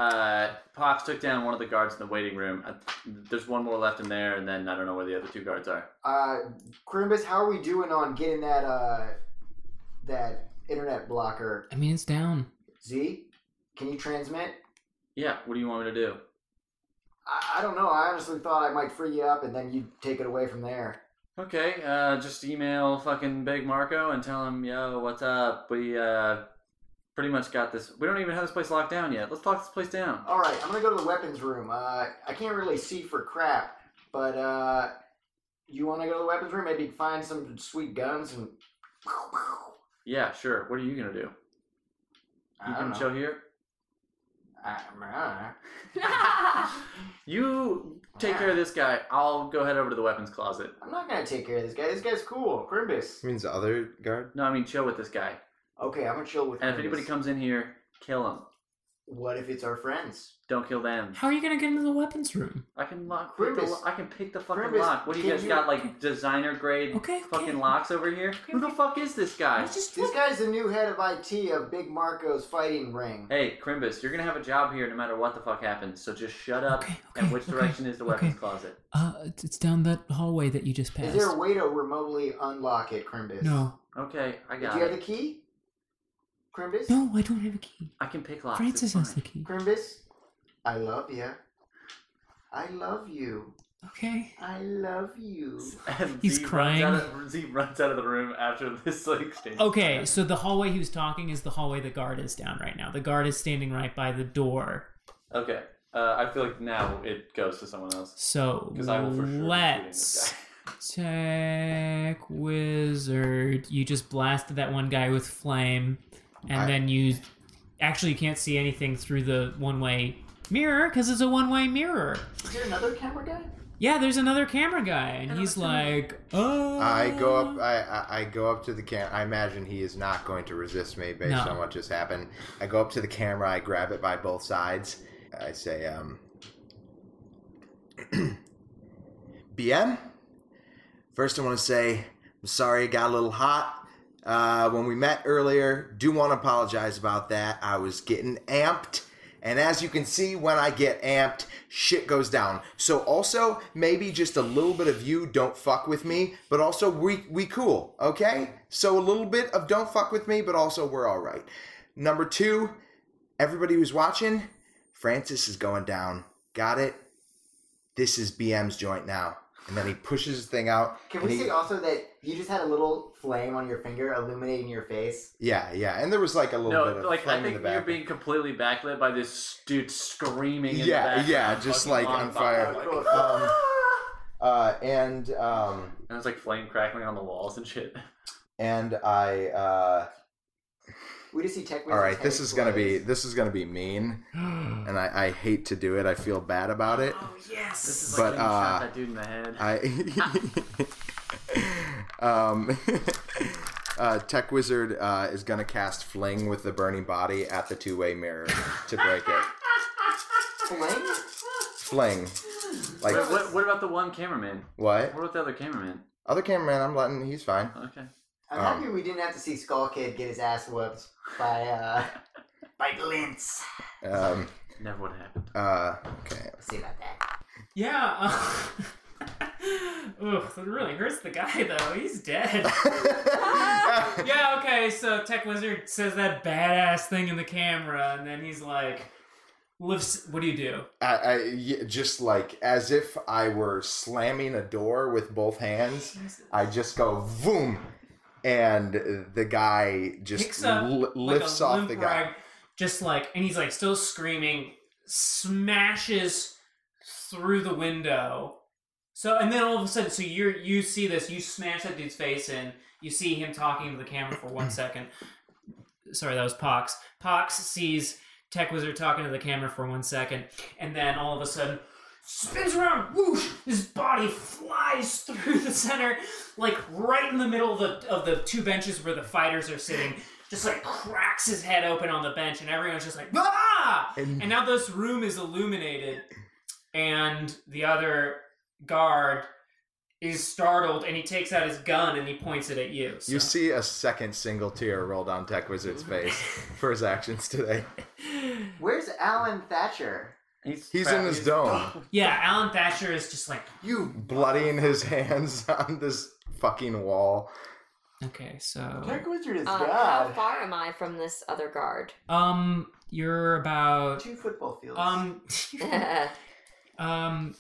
uh, Pops took down one of the guards in the waiting room. I, there's one more left in there, and then I don't know where the other two guards are. Uh, Grimbus, how are we doing on getting that uh, that internet Uh, blocker? I mean, it's down. Z, can you transmit? Yeah. What do you want me to do? I, I don't know. I honestly thought I might free you up, and then you take it away from there. Okay, uh, just email fucking Big Marco and tell him, yo, what's up? We uh, pretty much got this. We don't even have this place locked down yet. Let's lock this place down. All right, I'm gonna go to the weapons room. Uh, I can't really see for crap, but uh, you want to go to the weapons room? Maybe find some sweet guns and Yeah, sure. What are you gonna do? You I don't can know. chill here. I, I You take care of this guy. I'll go head over to the weapons closet. am not gonna take care of this guy. This guy's cool, Grimbus. means the other guard? No, I mean chill with this guy. Okay, I'm gonna chill with. And Grimbus. if anybody comes in here, kill him. what if it's our friends? Don't kill them. How are you gonna get into the weapons room? I can lock. Pick the, Grimbus, lo- I can pick the fucking Grimbus, lock. What do you can guys you- got? Like designer grade fucking locks over here? Who the fuck is this guy? this guy's the new head of IT of Big Marco's fighting ring. Hey, Crimbus, you're gonna have a job here no matter what the fuck happens, so just shut up. and which direction is the weapons closet? Uh, it's, it's down that hallway that you just Is there a way to remotely unlock it, Crimbus? No. Okay, I got Do you it. have the key, Crimbus? No, I don't have a key. I can pick locks. Francis has the key. Grimbus, I love you. I love you. Okay. Uh, I love you. And He's Z crying. Runs out of, Z runs out of the room after this like, exchange. Okay, so the hallway he was talking is the hallway the guard is down right now. The guard is standing right by the door. Okay. Uh, I feel like now it goes to someone else. So because I will for sure be shooting this let's tech wizard. You just blasted that one guy with flame, and I- then you actually you can't see anything through the one way mirror because it's a one way mirror. Is there another camera guy? Yeah, there's another camera guy, and he's like, "Oh, I go Mm. up. uh I, I I go up to the cam. I imagine he is not going to resist me based No. on what just happened. I go up to the camera. I grab it by both sides. I say, um, "BM." First, I want to say I'm sorry it got a little hot. uh, when we met earlier. Do want to apologize about that. I was getting amped. And as you can see, when I get amped, shit goes down. So also, maybe just a little bit of you don't fuck with me, but also we we cool, okay? So a little bit of don't fuck with me, but also we're all right. Number 2, everybody who's watching, Francis is going down. Got it? This is BM's joint now. And then he pushes his thing out. Can and we he- see also that you just had a little flame on your finger illuminating your face? Yeah, yeah. And there was like a little No, bit of like I flame in think the you're back. being completely backlit by this dude screaming. In Yeah, the background, yeah, just, fucking like, on fire. like- Um, Uh, and um, and it's like flame crackling on the walls and shit. and I uh, We just see tech. all right, this is gonna be this is gonna be mean, and I, I hate to do it. I feel bad about it. Yes. This is But, like when you shot uh, that dude in the head. I um, uh, Tech Wizard uh, is gonna cast Fling with the burning body at the two way mirror to break it. Fling, like Wait, what, what about the one cameraman? What? What about the other cameraman? other cameraman. I'm letting he's fine. Okay. I'm Um, happy we didn't have to see Skull Kid get his ass whooped by uh by Glintz. Um, Never would happen. Uh, okay. See about that. Yeah. uh, Ugh, it really hurts the guy though. He's dead. yeah, okay, so Tech Wizard says that badass thing in the camera, and then he's like, lifts, what do you do? I, I y- just like as if I were slamming a door with both hands. I just go boom, and the guy Picks just up, li- like, a lifts off limp the guy. rag, just like, and he's like still screaming, smashes through the window. So, and then all of a sudden, so you are you see this, you smash that dude's face in, you see him talking to the camera for one second. Sorry, that was Pox. Pox sees Tech Wizard talking to the camera for one second, and then all of a sudden, spins around, whoosh, his body flies through the center, like right in the middle of the, of the two benches where the fighters are sitting, just like cracks his head open on the bench, and everyone's just like, ah! And- and now this room is illuminated, and the other guard is startled, and he takes out his gun and he points it at you. You see a second single tear roll down Tech Wizard's face for his actions today. Where's Alan Thatcher? He's, He's in his dome, Yeah, Alan Thatcher is just like, you. bloodying his hands on this fucking wall. Okay, so Tech Wizard is Um, how God. far am I from this other guard? Um, you're about two football fields. Um, um,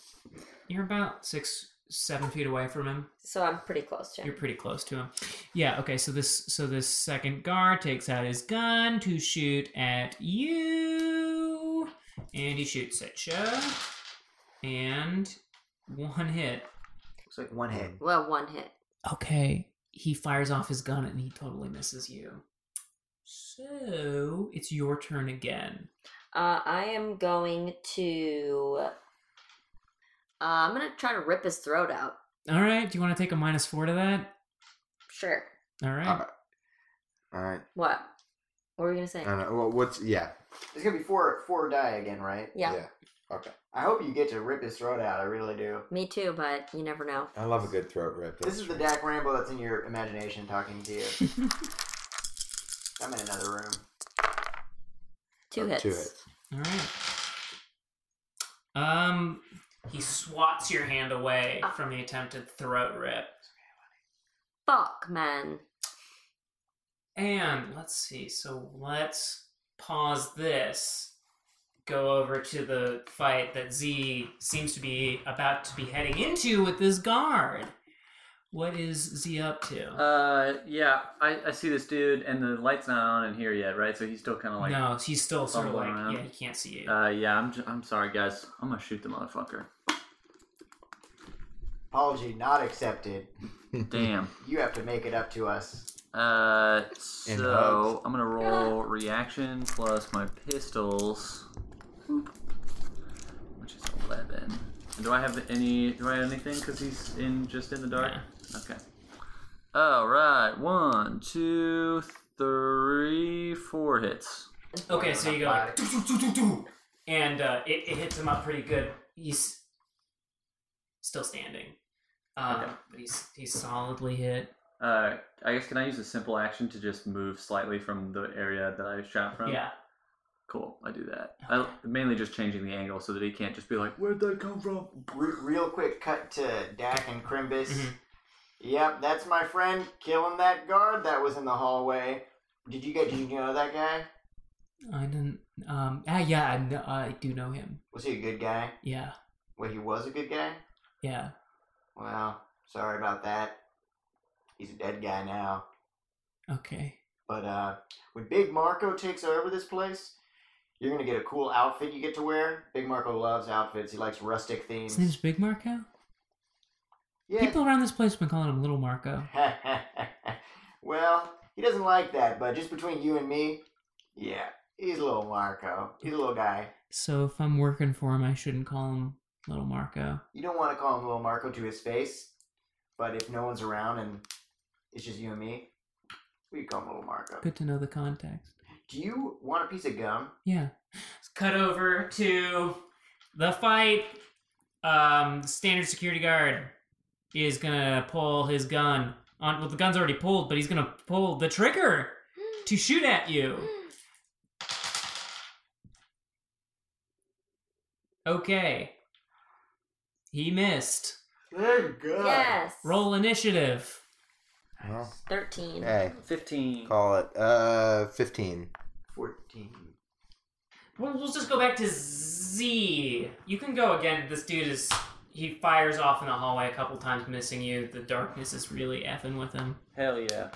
you're about six, seven feet away from him. so I'm pretty close to him. You're pretty close to him. Yeah. Okay. So this, so this second guard takes out his gun to shoot at you, and he shoots at you, and one hit. It's like one Mm. hit. Well, one hit. Okay. He fires off his gun and he totally misses you. So it's your turn again. Uh, I am going to. Uh, I'm gonna try to rip his throat out. All right. Do you want to take a minus four to that? Sure. All right. All right. What? What were you gonna say? I don't know. Well, what's yeah? It's gonna be four four die again, right? yeah. Okay. I hope you get to rip his throat out. I really do. Me too, but you never know. I love a good throat rip. This is the Dak Rambo that's in your imagination talking to you. I'm in another room. Two hits. Two hits. All right. Um, he swats your hand away from the attempted throat rip, Fuck, man. and let's see. So let's pause this. Go over to the fight that Z seems to be about to be heading into with this guard. What is Z up to? Uh, yeah, I, I see this dude, and the light's not on in here yet, right? So he's still kind of like. no, he's still sort of like fumbling around. yeah, he can't see you. Uh, yeah, I'm, j- I'm sorry, guys. I'm gonna shoot the motherfucker. Apology not accepted. Damn. You have to make it up to us. Uh, And so I'm gonna roll reaction plus my pistols, which is eleven. And do I have any? Do I have anything? Cause he's in just in the dark. Okay. All right, one, two, three, four hits. Okay, so you go like, "Doo, doo, doo, doo, doo," and uh, it, it hits him up pretty good. He's still standing, um, but he's he's solidly hit. Uh, I guess can I use a simple action to just move slightly from the area that I shot from? Yeah. Cool. I do that. I, mainly just changing the angle so that he can't just be like, Where'd that come from? real quick cut to Dak and Krimbus. Yep, that's my friend killing that guard that was in the hallway. Did you get? Did you know that guy? I didn't. Um. Ah, yeah. I, kn- I do know him. Was he a good guy? Yeah. Well, he was a good guy. Yeah. Well, sorry about that. He's a dead guy now. Okay. But uh, when Big Marco takes over this place, you're gonna get a cool outfit you get to wear. Big Marco loves outfits. He likes rustic themes. His name's Big Marco. People around this place have been calling him Little Marco. well, he doesn't like that, but just between you and me, yeah, he's a little Marco. He's a little guy. So if I'm working for him, I shouldn't call him Little Marco. You don't want to call him little Marco to his face, but if no one's around and it's just you and me, we can call him little Marco. Good to know the context. Do you want a piece of gum? Yeah. Cut over to the fight. Um, the standard security guard is gonna pull his gun on. Well, the gun's already pulled, but he's gonna pull the trigger to shoot at you. Okay. He missed. Thank God. Yes. Roll initiative. Well, 13. hey, 15. Call it. Uh, 15. 14. Well, we'll just go back to Z. You can go again. This dude is. He fires off in the hallway a couple times, missing you. The darkness is really effing with him. Hell yeah.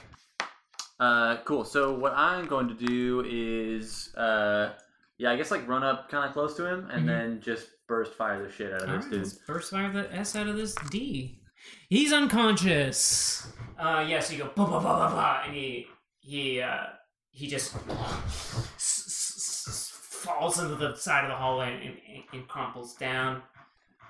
Uh, cool. So what I'm going to do is, uh, yeah, I guess like run up kind of close to him and Mhm. then just burst fire the shit out of All this right, dude. let's First fire the S out of this D. He's unconscious. Uh, yeah, so you go, bah, bah, bah, bah, bah, and he, he, uh, he just s- s- s- falls into the side of the hallway and, and, and crumples down.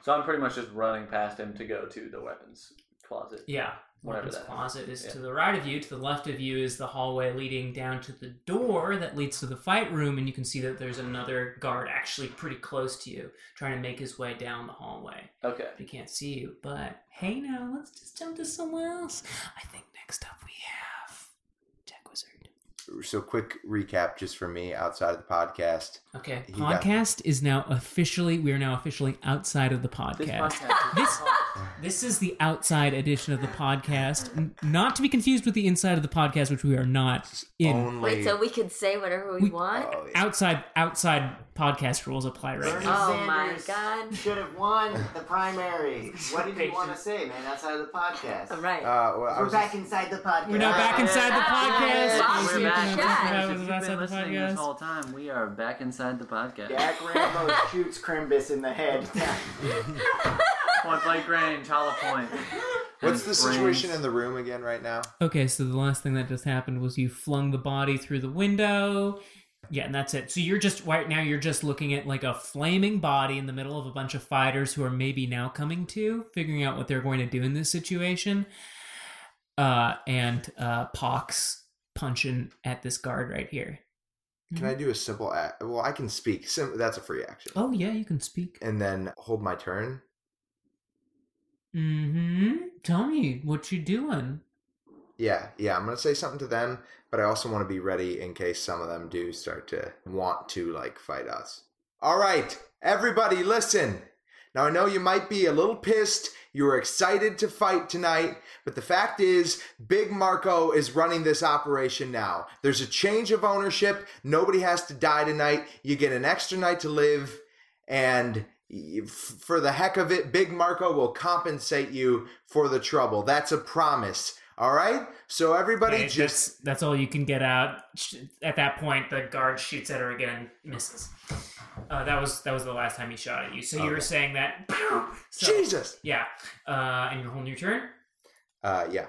So I'm pretty much just running past him to go to the weapons closet. Yeah. Whatever Weapons that is. closet is Yeah. to the right of you. To the left of you is the hallway leading down to the door that leads to the fight room, and you can see that there's another guard actually pretty close to you, trying to make his way down the hallway. Okay. He can't see you, but hey, now let's just jump to somewhere else. I think next up we have Tech Wizard. So, quick recap just for me outside of the podcast. Okay, He got- podcast is now officially. We are now officially outside of the podcast. This this is the outside edition of the podcast, n- not to be confused with the inside of the podcast, which we are not in. Wait, so we can say whatever we, want? Oh. Oh, outside outside podcast rules apply right now. Oh my Sanders god. Should have won the primary. What did you want to say, man? Outside of the podcast. All right. Uh, well, I We're was back inside the podcast. We're now back inside the podcast. We're back. That If was you've outside been the listening this podcast. whole time, we are back inside the podcast. Jack Rambo shoots Krimbus in the head. point blank range, hollow point. What's the Brains. situation in the room again right now? Okay, so the last thing that just happened was you flung the body through the window. Yeah, and that's it. So you're just right now you're just looking at like a flaming body in the middle of a bunch of fighters who are maybe now coming to, figuring out what they're going to do in this situation. Uh and uh Pox punching at this guard right here. Can I do a simple act? Well, I can speak. Sim- that's a free action. Oh yeah, you can speak. And then hold my turn. Mm-hmm. Tell me what you doing. Yeah, yeah, I'm going to say something to them, but I also want to be ready in case some of them do start to want to, like, fight us. All right, everybody, listen. Now, I know you might be a little pissed. You were excited to fight tonight, but the fact is, Big Marco is running this operation now. There's a change of ownership. Nobody has to die tonight. You get an extra night to live, and y- f- for the heck of it, Big Marco will compensate you for the trouble. That's a promise. All right? So, everybody, Okay, just. that's, that's all you can get out. Sh- At that point, the guard shoots at her again, misses. Uh, that was that was the last time he shot at you. So you were Okay. saying that. So, Jesus! Yeah, uh, and you're holding your turn. Uh, yeah.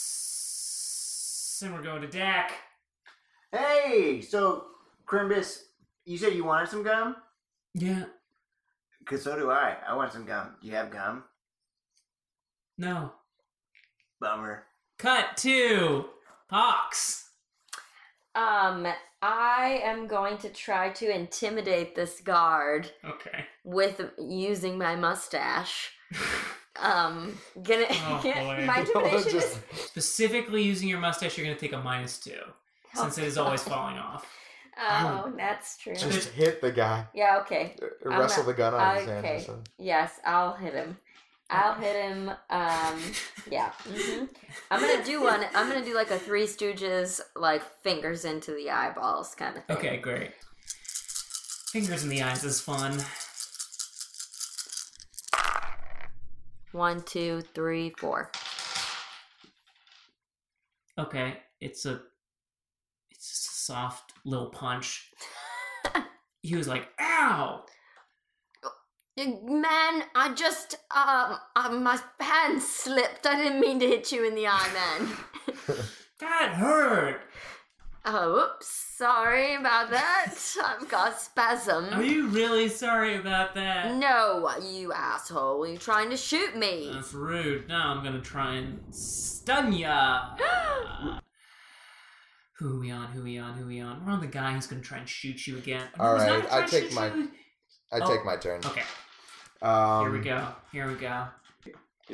Yes. And we're going to Dak. Hey, so Krimbus, you said you wanted some gum? Yeah. Cause so do I. I want some gum. Do you have gum? No. Bummer. Cut to Pox. Um, I am going to try to intimidate this guard Okay. with using my mustache. Um, gonna Oh, my divination is specifically using your mustache. You're gonna take a minus two Oh, since it is always God. falling off. Oh, that's true. Just hit the guy. Yeah, okay. Uh, I'm wrestle the gun out of his hand or Okay. something. Yes, I'll hit him. I'll hit him. Um, yeah. hmm I'm gonna do one. I'm gonna do like a Three Stooges, like fingers into the eyeballs kind of thing. Okay, great. Fingers in the eyes is fun. One, two, three, four. Okay, it's a it's just a soft little punch. he was like, "Ow!" Man, I just um, uh, my hand slipped. I didn't mean to hit you in the eye, man. That hurt. Oh, oops. Sorry about that. I've got spasm. Are you really sorry about that? No, you asshole. You're trying to shoot me. That's rude. Now I'm gonna try and stun ya. who we on? Who we on? Who we on? We're on the guy who's gonna try and shoot you again. No, All he's not right, gonna try I and take shoot my, you. I Oh, take my turn. Okay. Um, Here we go. Here we go.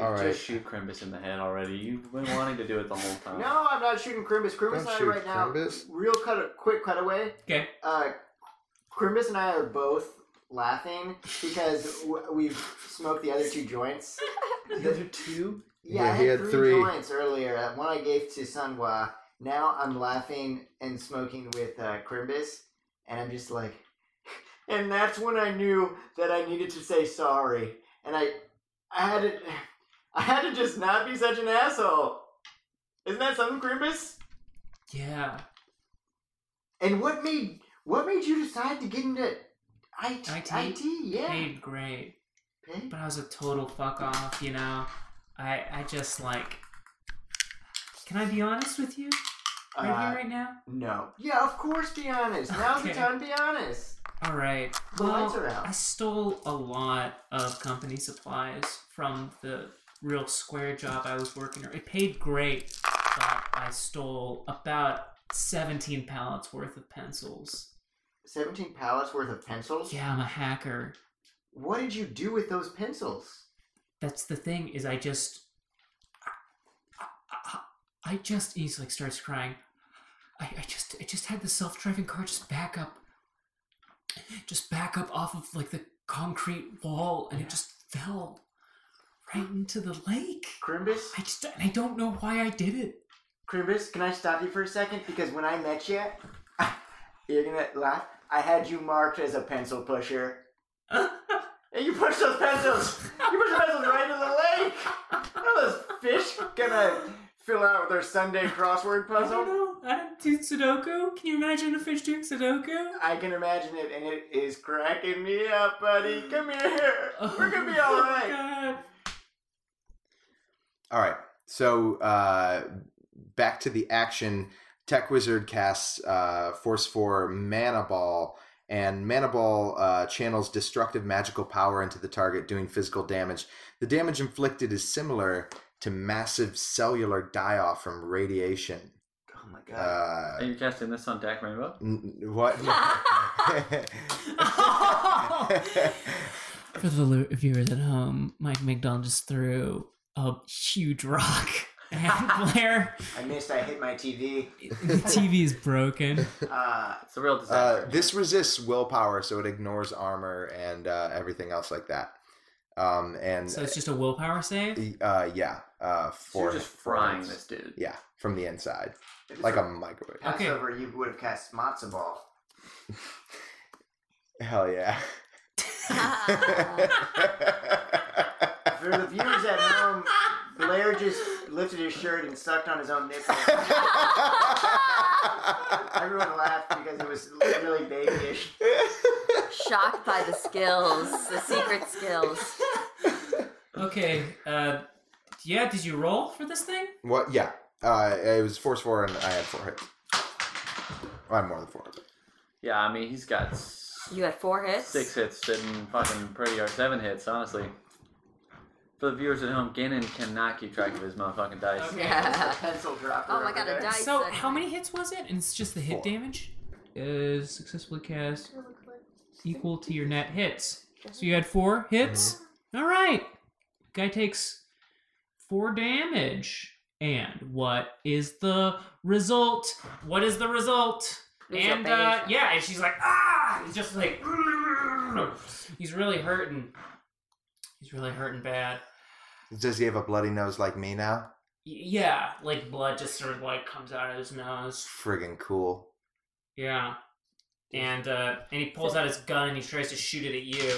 All right. Just shoot Krimbus in the head already. You've been wanting to do it the whole time. No, I'm not shooting Krimbus. Krimbus Don't and I shoot right now. Krimbus. Real cut, quick cutaway. Okay. Uh, Krimbus and I are both laughing because w- we've smoked the other two joints. The other two? Yeah, I Yeah, had, he three, had three. joints earlier. Uh, One I gave to Sungwa. Now I'm laughing and smoking with uh, Krimbus, and I'm just like, and that's when I knew that I needed to say sorry, and I, I had to, I had to just not be such an asshole. Isn't that something, Krimbus? Yeah. And what made what made you decide to get into IT? IT? yeah. Mm-hmm. Paid great. But I was a total fuck off, you know. I I just like Can I be honest with you? Right Uh, here right now? No. Yeah, of course. Be honest. Now's the Okay. time to be honest. Alright. The lights are I stole a lot of company supplies from the real square job I was working at. It paid great, but I stole about seventeen pallets worth of pencils. 17 pallets worth of pencils? Yeah, I'm a hacker. What did you do with those pencils? that's the thing is i just i, I, I just he's like starts crying I, I just i just had the self-driving car just back up just back up off of like the concrete wall and it just fell right into the lake Grimbus? i just and i don't know why i did it Krimbus, can I stop you for a second? Because when I met you, you're gonna laugh. I had you marked as a pencil pusher. and you pushed those pencils! You pushed the pencils right into the lake! Are those fish gonna fill out with their Sunday crossword i don't puzzle? know i don't do sudoku can you imagine a fish doing sudoku I can imagine it, and it is cracking me up, buddy. Come here. We're gonna Oh, be alright. All right. So uh, back to the action. Tech Wizard casts uh, Force 4 Mana Ball, and Mana Ball uh, channels destructive magical power into the target, doing physical damage. The damage inflicted is similar to massive cellular die off from radiation. Oh my god. Are you casting this on Dak Rainbow? what? For the lo- viewers at home, um, Mike McDonald just threw a huge rock at Blair. I missed. I hit my TV. The TV is broken. Uh, it's a real Uh, this resists willpower, so it ignores armor and uh, everything else like that. Um, and So it's just a willpower save? uh, yeah, uh, you're for just for frying ins- this dude. Yeah, from the inside, like a microwave. Passover, you would have cast matzo ball. Hell yeah! For the viewers at home, Blair just lifted his shirt and sucked on his own nipple. Everyone laughed because it was really babyish. Shocked by the skills, the secret skills. Okay. Uh, yeah, did you roll for this thing? What? Yeah, uh, it was force four, and I had four hits. I had more than four. Yeah, I mean he's got s- You had four hits. six hits and fucking pretty or seven hits, honestly. For the viewers at home, Ganon cannot keep track of his motherfucking dice. Yeah. pencil dropper. Oh my god, a dice. So that- how many hits was it? And it's just the hit damage? Is successfully cast equal to your net hits. So you had four hits? All right. Guy takes four damage. And what is the result? What is the result? And uh, Reservation. yeah, and she's like, ah! He's just like, he's really hurting. He's really hurting bad. Does he have a bloody nose like me now? Y- Yeah, like blood just sort of like comes out of his nose. Friggin' cool. Yeah. And uh, and he pulls out his gun and he tries to shoot it at you.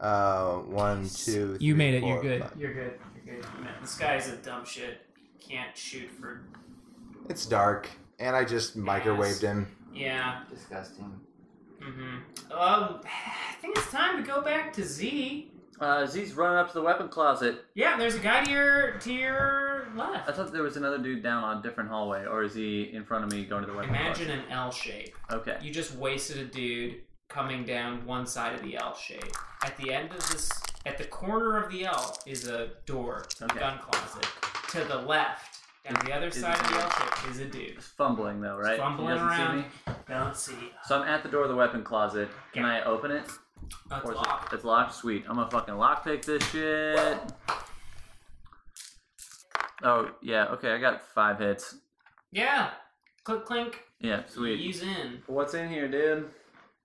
Uh, one, two. You three, made it, you're four, good. five. You're good. You're good. Man, this guy's a dumb shit. He can't shoot for. It's dark, and I just microwaved him. Yeah. Disgusting. Mm-hmm. Um, I think it's time to go back to Z. Uh, Z's running up to the weapon closet. Yeah, there's a guy to your to your left. I thought there was another dude down on a different hallway, or is he in front of me going to the weapon Imagine an L shape. closet? Okay. You just wasted a dude coming down one side of the L shape. At the end of this, at the corner of the L is a door, a gun closet. To the left, and the other Is it side of the you? L shape is a dude. He's fumbling though, right? He Fumbling doesn't see around. me? Don't see. So I'm at the door of the weapon closet. Can I open it? That's Or is it- locked. It's locked. Sweet. I'm gonna fucking lockpick this shit. Oh yeah. Okay. I got five hits. Yeah. Click clink. Yeah. Sweet. He's in. What's in here, dude?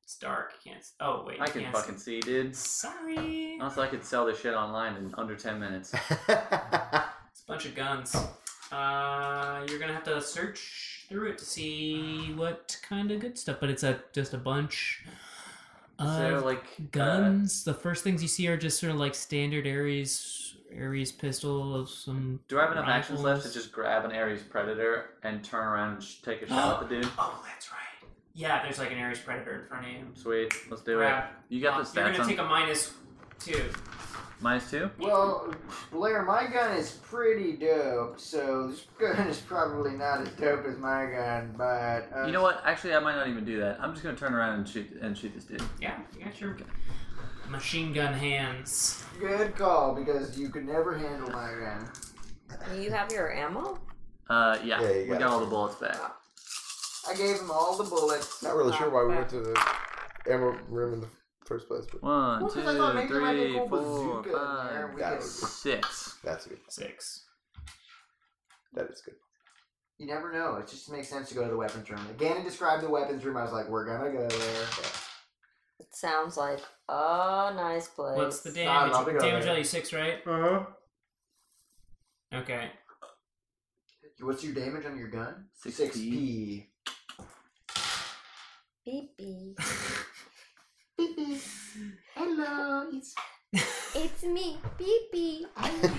It's dark. You can't. s- Oh wait. I you can can't fucking see, dude. Sorry. Also, I could sell this shit online in under ten minutes. It's a bunch of guns. Uh, you're gonna have to search through it to see what kind of good stuff. But it's a just a bunch. Is there, of like, uh, guns? the first things you see are just sort of like standard Ares Ares pistols. Some. Do I have enough actions left to rifles. just grab an Ares Predator and turn around and sh- take a shot at the dude? Oh, that's right. Yeah, there's like an Ares Predator in front of you. Sweet. Let's do Grab. it. You got Uh, the You're stats gonna on take a minus two. minus two. Well, Blair, my gun is pretty dope, so this gun is probably not as dope as my gun, but. Uh, You know what? Actually, I might not even do that. I'm just gonna turn around and shoot and shoot this dude. Yeah, you got your machine gun hands. Good call, because you could never handle my gun. You have your ammo? Uh, yeah, Yeah, you we got got it. all the bullets back. I gave him all the bullets. Not really sure why we went to the ammo room in the first place. But One, Well, two, 'cause I thought maybe there might be a three, cool four, bazooka in there. five, We That could- was good. six. That's good. Six. That is good. You never know. It just makes sense to go to the weapons room. Gannon described the weapons room. I was like, we're gonna go there. It sounds like a nice place. What's the Nah, damage? nah, we got damage it. value six, right? Uh huh. Okay. You- What's your damage on your gun? Six P. Beep beep. Hello, it's It's me, beep beep. and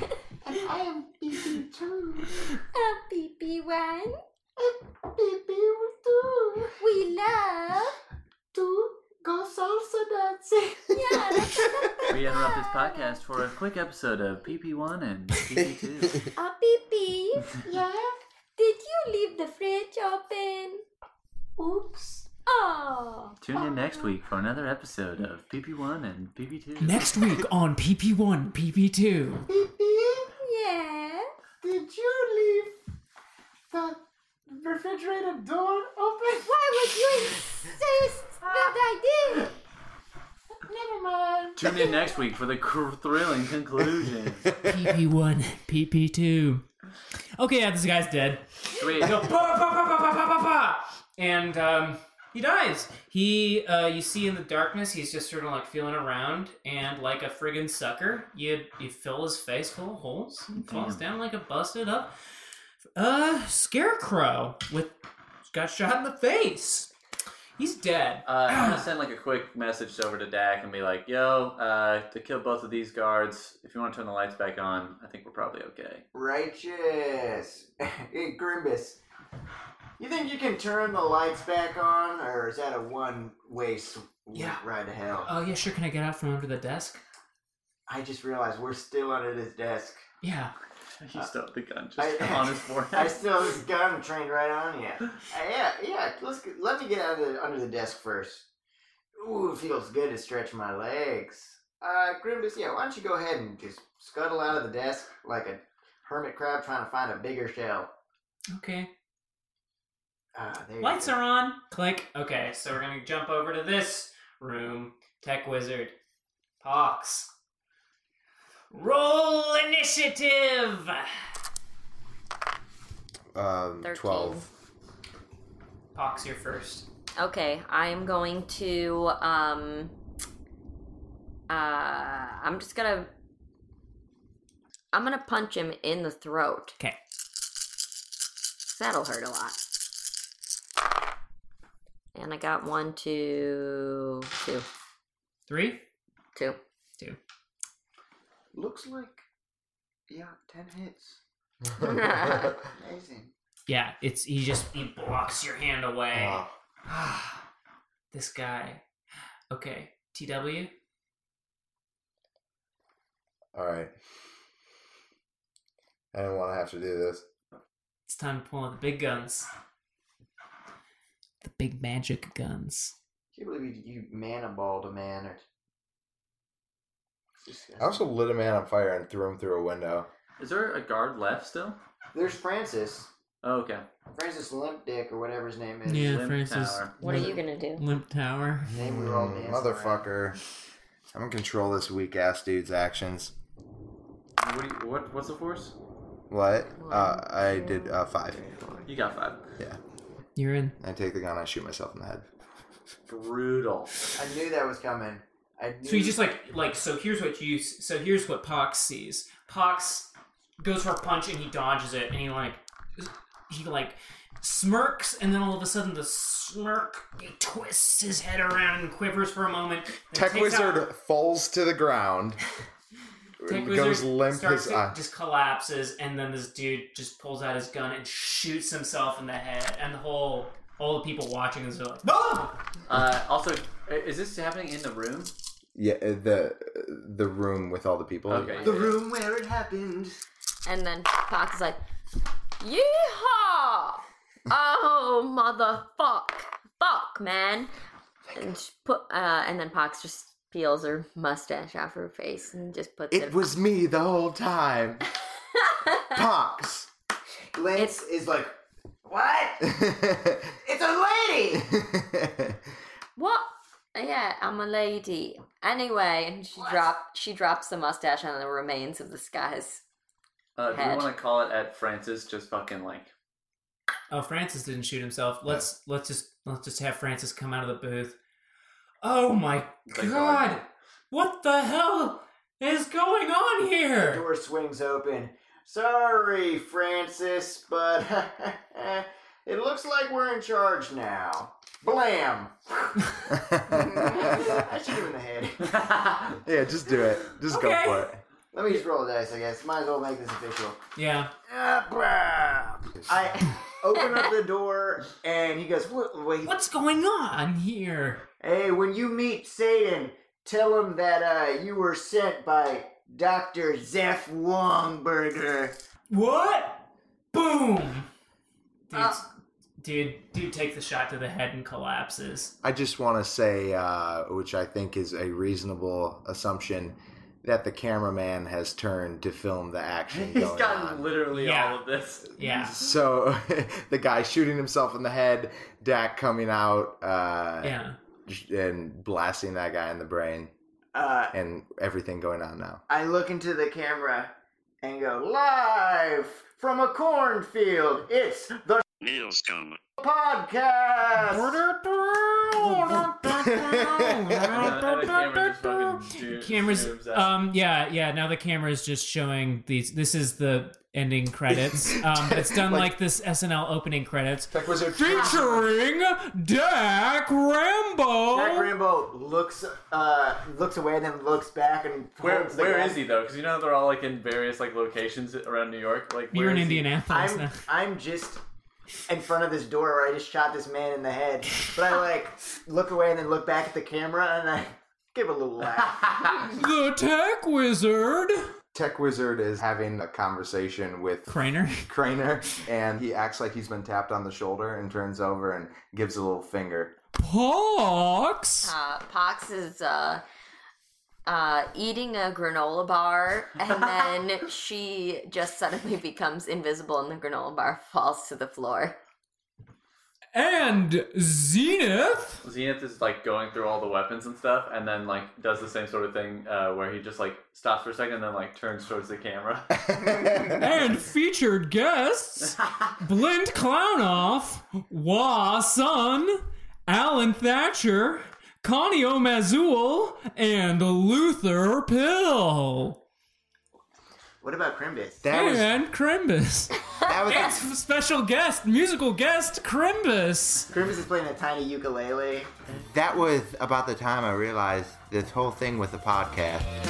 I am BB too. A beep beep one. BB too. We love. To go salsa dancing. Yeah. We interrupt this podcast for a quick episode of PP1 and PP2. A beep beep. Yeah. Did you leave the fridge open? Oops. Oh. Tune in next week for another episode of PP1 and PP2. Next week on PP1, PP2. Yeah. Did you leave the refrigerator door open? Why would you insist that I did? Never mind. Tune in next week for the cr- thrilling conclusion. PP1, PP2. Okay, yeah, this guy's dead. Sweet. They go ba ba ba ba ba ba ba ba, and um, he dies. He, uh, you see in the darkness, he's just sort of like feeling around, and like a friggin' sucker, you you fill his face full of holes, and falls down like a busted up, uh, scarecrow with got shot in the face. He's dead. Uh, I'm gonna send like a quick message over to Dak and be like, "Yo, uh, to kill both of these guards. If you want to turn the lights back on, I think we're probably okay." Righteous. hey, Grimbus. You think you can turn the lights back on, or is that a one-way s- Yeah. ride to hell? Oh yeah, sure. Can I get out from under the desk? I just realized we're still under this desk. Yeah. He still the gun just Uh, I- on his forehead. I still have this gun trained right on you. Uh, yeah, yeah. Let's get- let me get out of the, under the desk first. Ooh, it feels good to stretch my legs. Uh, Grimbus, yeah. Why don't you go ahead and just scuttle out of the desk like a hermit crab trying to find a bigger shell. Okay. Ah, there you Lights go. are on. Click. Okay, so we're gonna jump over to this room. Tech wizard, Pox. Roll initiative. Um, 13. 12. Pox, you're first. Okay, I am going to um uh I'm just gonna I'm gonna punch him in the throat. Okay. That'll hurt a lot. And I got one, two, two, three, two. Two. Looks like, yeah, ten hits. Uh, Amazing. Yeah, it's he just he blocks your hand away. Wow. Ah. this guy. Okay, TW. All right. I didn't want to have to do this. It's time to pull out the big guns. The big magic guns. Can't believe you, you mana balled a man. Or... uh, I also lit a man on fire and threw him through a window. Is there a guard left still? There's Francis. Oh, okay. Francis Limp Dick or whatever his name is. Yeah, Limp Francis. Tower. What are you gonna do? Limp Tower. Name we were all Mm, dancing Motherfucker. I'm going to control this weak ass dude's actions. What, do you, what? What's the force? What? Uh, I did uh, five. You got five. Yeah. You're in. I take the gun, I shoot myself in the head. Brutal. I knew that was coming. I knew. So you just like like so. Here's what you so here's what Pox sees. Pox goes for a punch and he dodges it and he like he like smirks and then all of a sudden the smirk he twists his head around and quivers for a moment. and Tech takes out- Wizard falls to the ground. Tech goes Wizard limp. starts His to- eye. just collapses and then this dude just pulls out his gun and shoots himself in the head and the whole all the people watching is like "Ah!" no. Uh, also, i- is this happening in the room? Yeah, uh, the the room with all the people. Okay. The room where it happened. And then Fox is like, Yeehaw! Oh motherfuck. Fuck, man. And she put uh and then Pox just peels her mustache off her face and just puts it, It was me the whole time. Pox. Lance is like, what? it's a lady. What? Yeah, I'm a lady. Anyway, and she dropped she drops the mustache on the remains of this guy's Uh, do we Head. want to call it at Francis? Just fucking like Oh, Francis didn't shoot himself. Let's let's just let's just have Francis come out of the booth. Oh my Thank God. god! What the hell is going on The here? door swings open. Sorry, Francis, but it looks like we're in charge now. Blam! I shoot him in the head. Yeah, just do it. Just go Okay. for it. Let me just roll the dice, I guess. Might as well make this official. Yeah. Ah, blah. I open up the door, and he goes, what, wait. What's going on here? Hey, when you meet Satan, tell him that uh, you were sent by Dr. Zeph Wongberger. What? Boom! Dude, dude, dude, takes the shot to the head and collapses. I just want to say, uh, which I think is a reasonable assumption, that the cameraman has turned to film the action. he's going gotten on. literally Yeah. all of this. Yeah. So the guy shooting himself in the head, Dak coming out, uh, Yeah. and blasting that guy in the brain, Uh, and everything going on now. I look into the camera and go, live from a cornfield, it's the Nails come. podcast! Uh, Cameras. Um. Yeah. Yeah. Now the camera is just showing these. This is the ending credits. Um. It's done like, this SNL opening credits. Tech Wizard featuring Dak Rambo. Jack Rambo looks uh, looks away, then looks back and Where holds the where gun. is he though? Because you know they're all like in various like locations around New York. Like You're where in is he? Indianapolis I'm now. I'm just in front of this door where I just shot this man in the head, but I like look away and then look back at the camera and I give a little laugh. The Tech Wizard. Tech Wizard is having a conversation with Craner. Craner, and he acts like he's been tapped on the shoulder and turns over and gives a little finger. Pox. Uh, Pox is uh, uh, eating a granola bar, and then she just suddenly becomes invisible, and the granola bar falls to the floor. And Zenith. Zenith is like going through all the weapons and stuff, and then like does the same sort of thing uh, where he just like stops for a second, and then like turns towards the camera. and featured guests Blint Clownoff, Wah Sun, Alan Thatcher, Connie O'Mazool, and Luther Pill. What about Crimbus? and Crimbus. That was- and special guest, musical guest, Crimbus. Crimbus is playing a tiny ukulele. That was about the time I realized this whole thing was a podcast.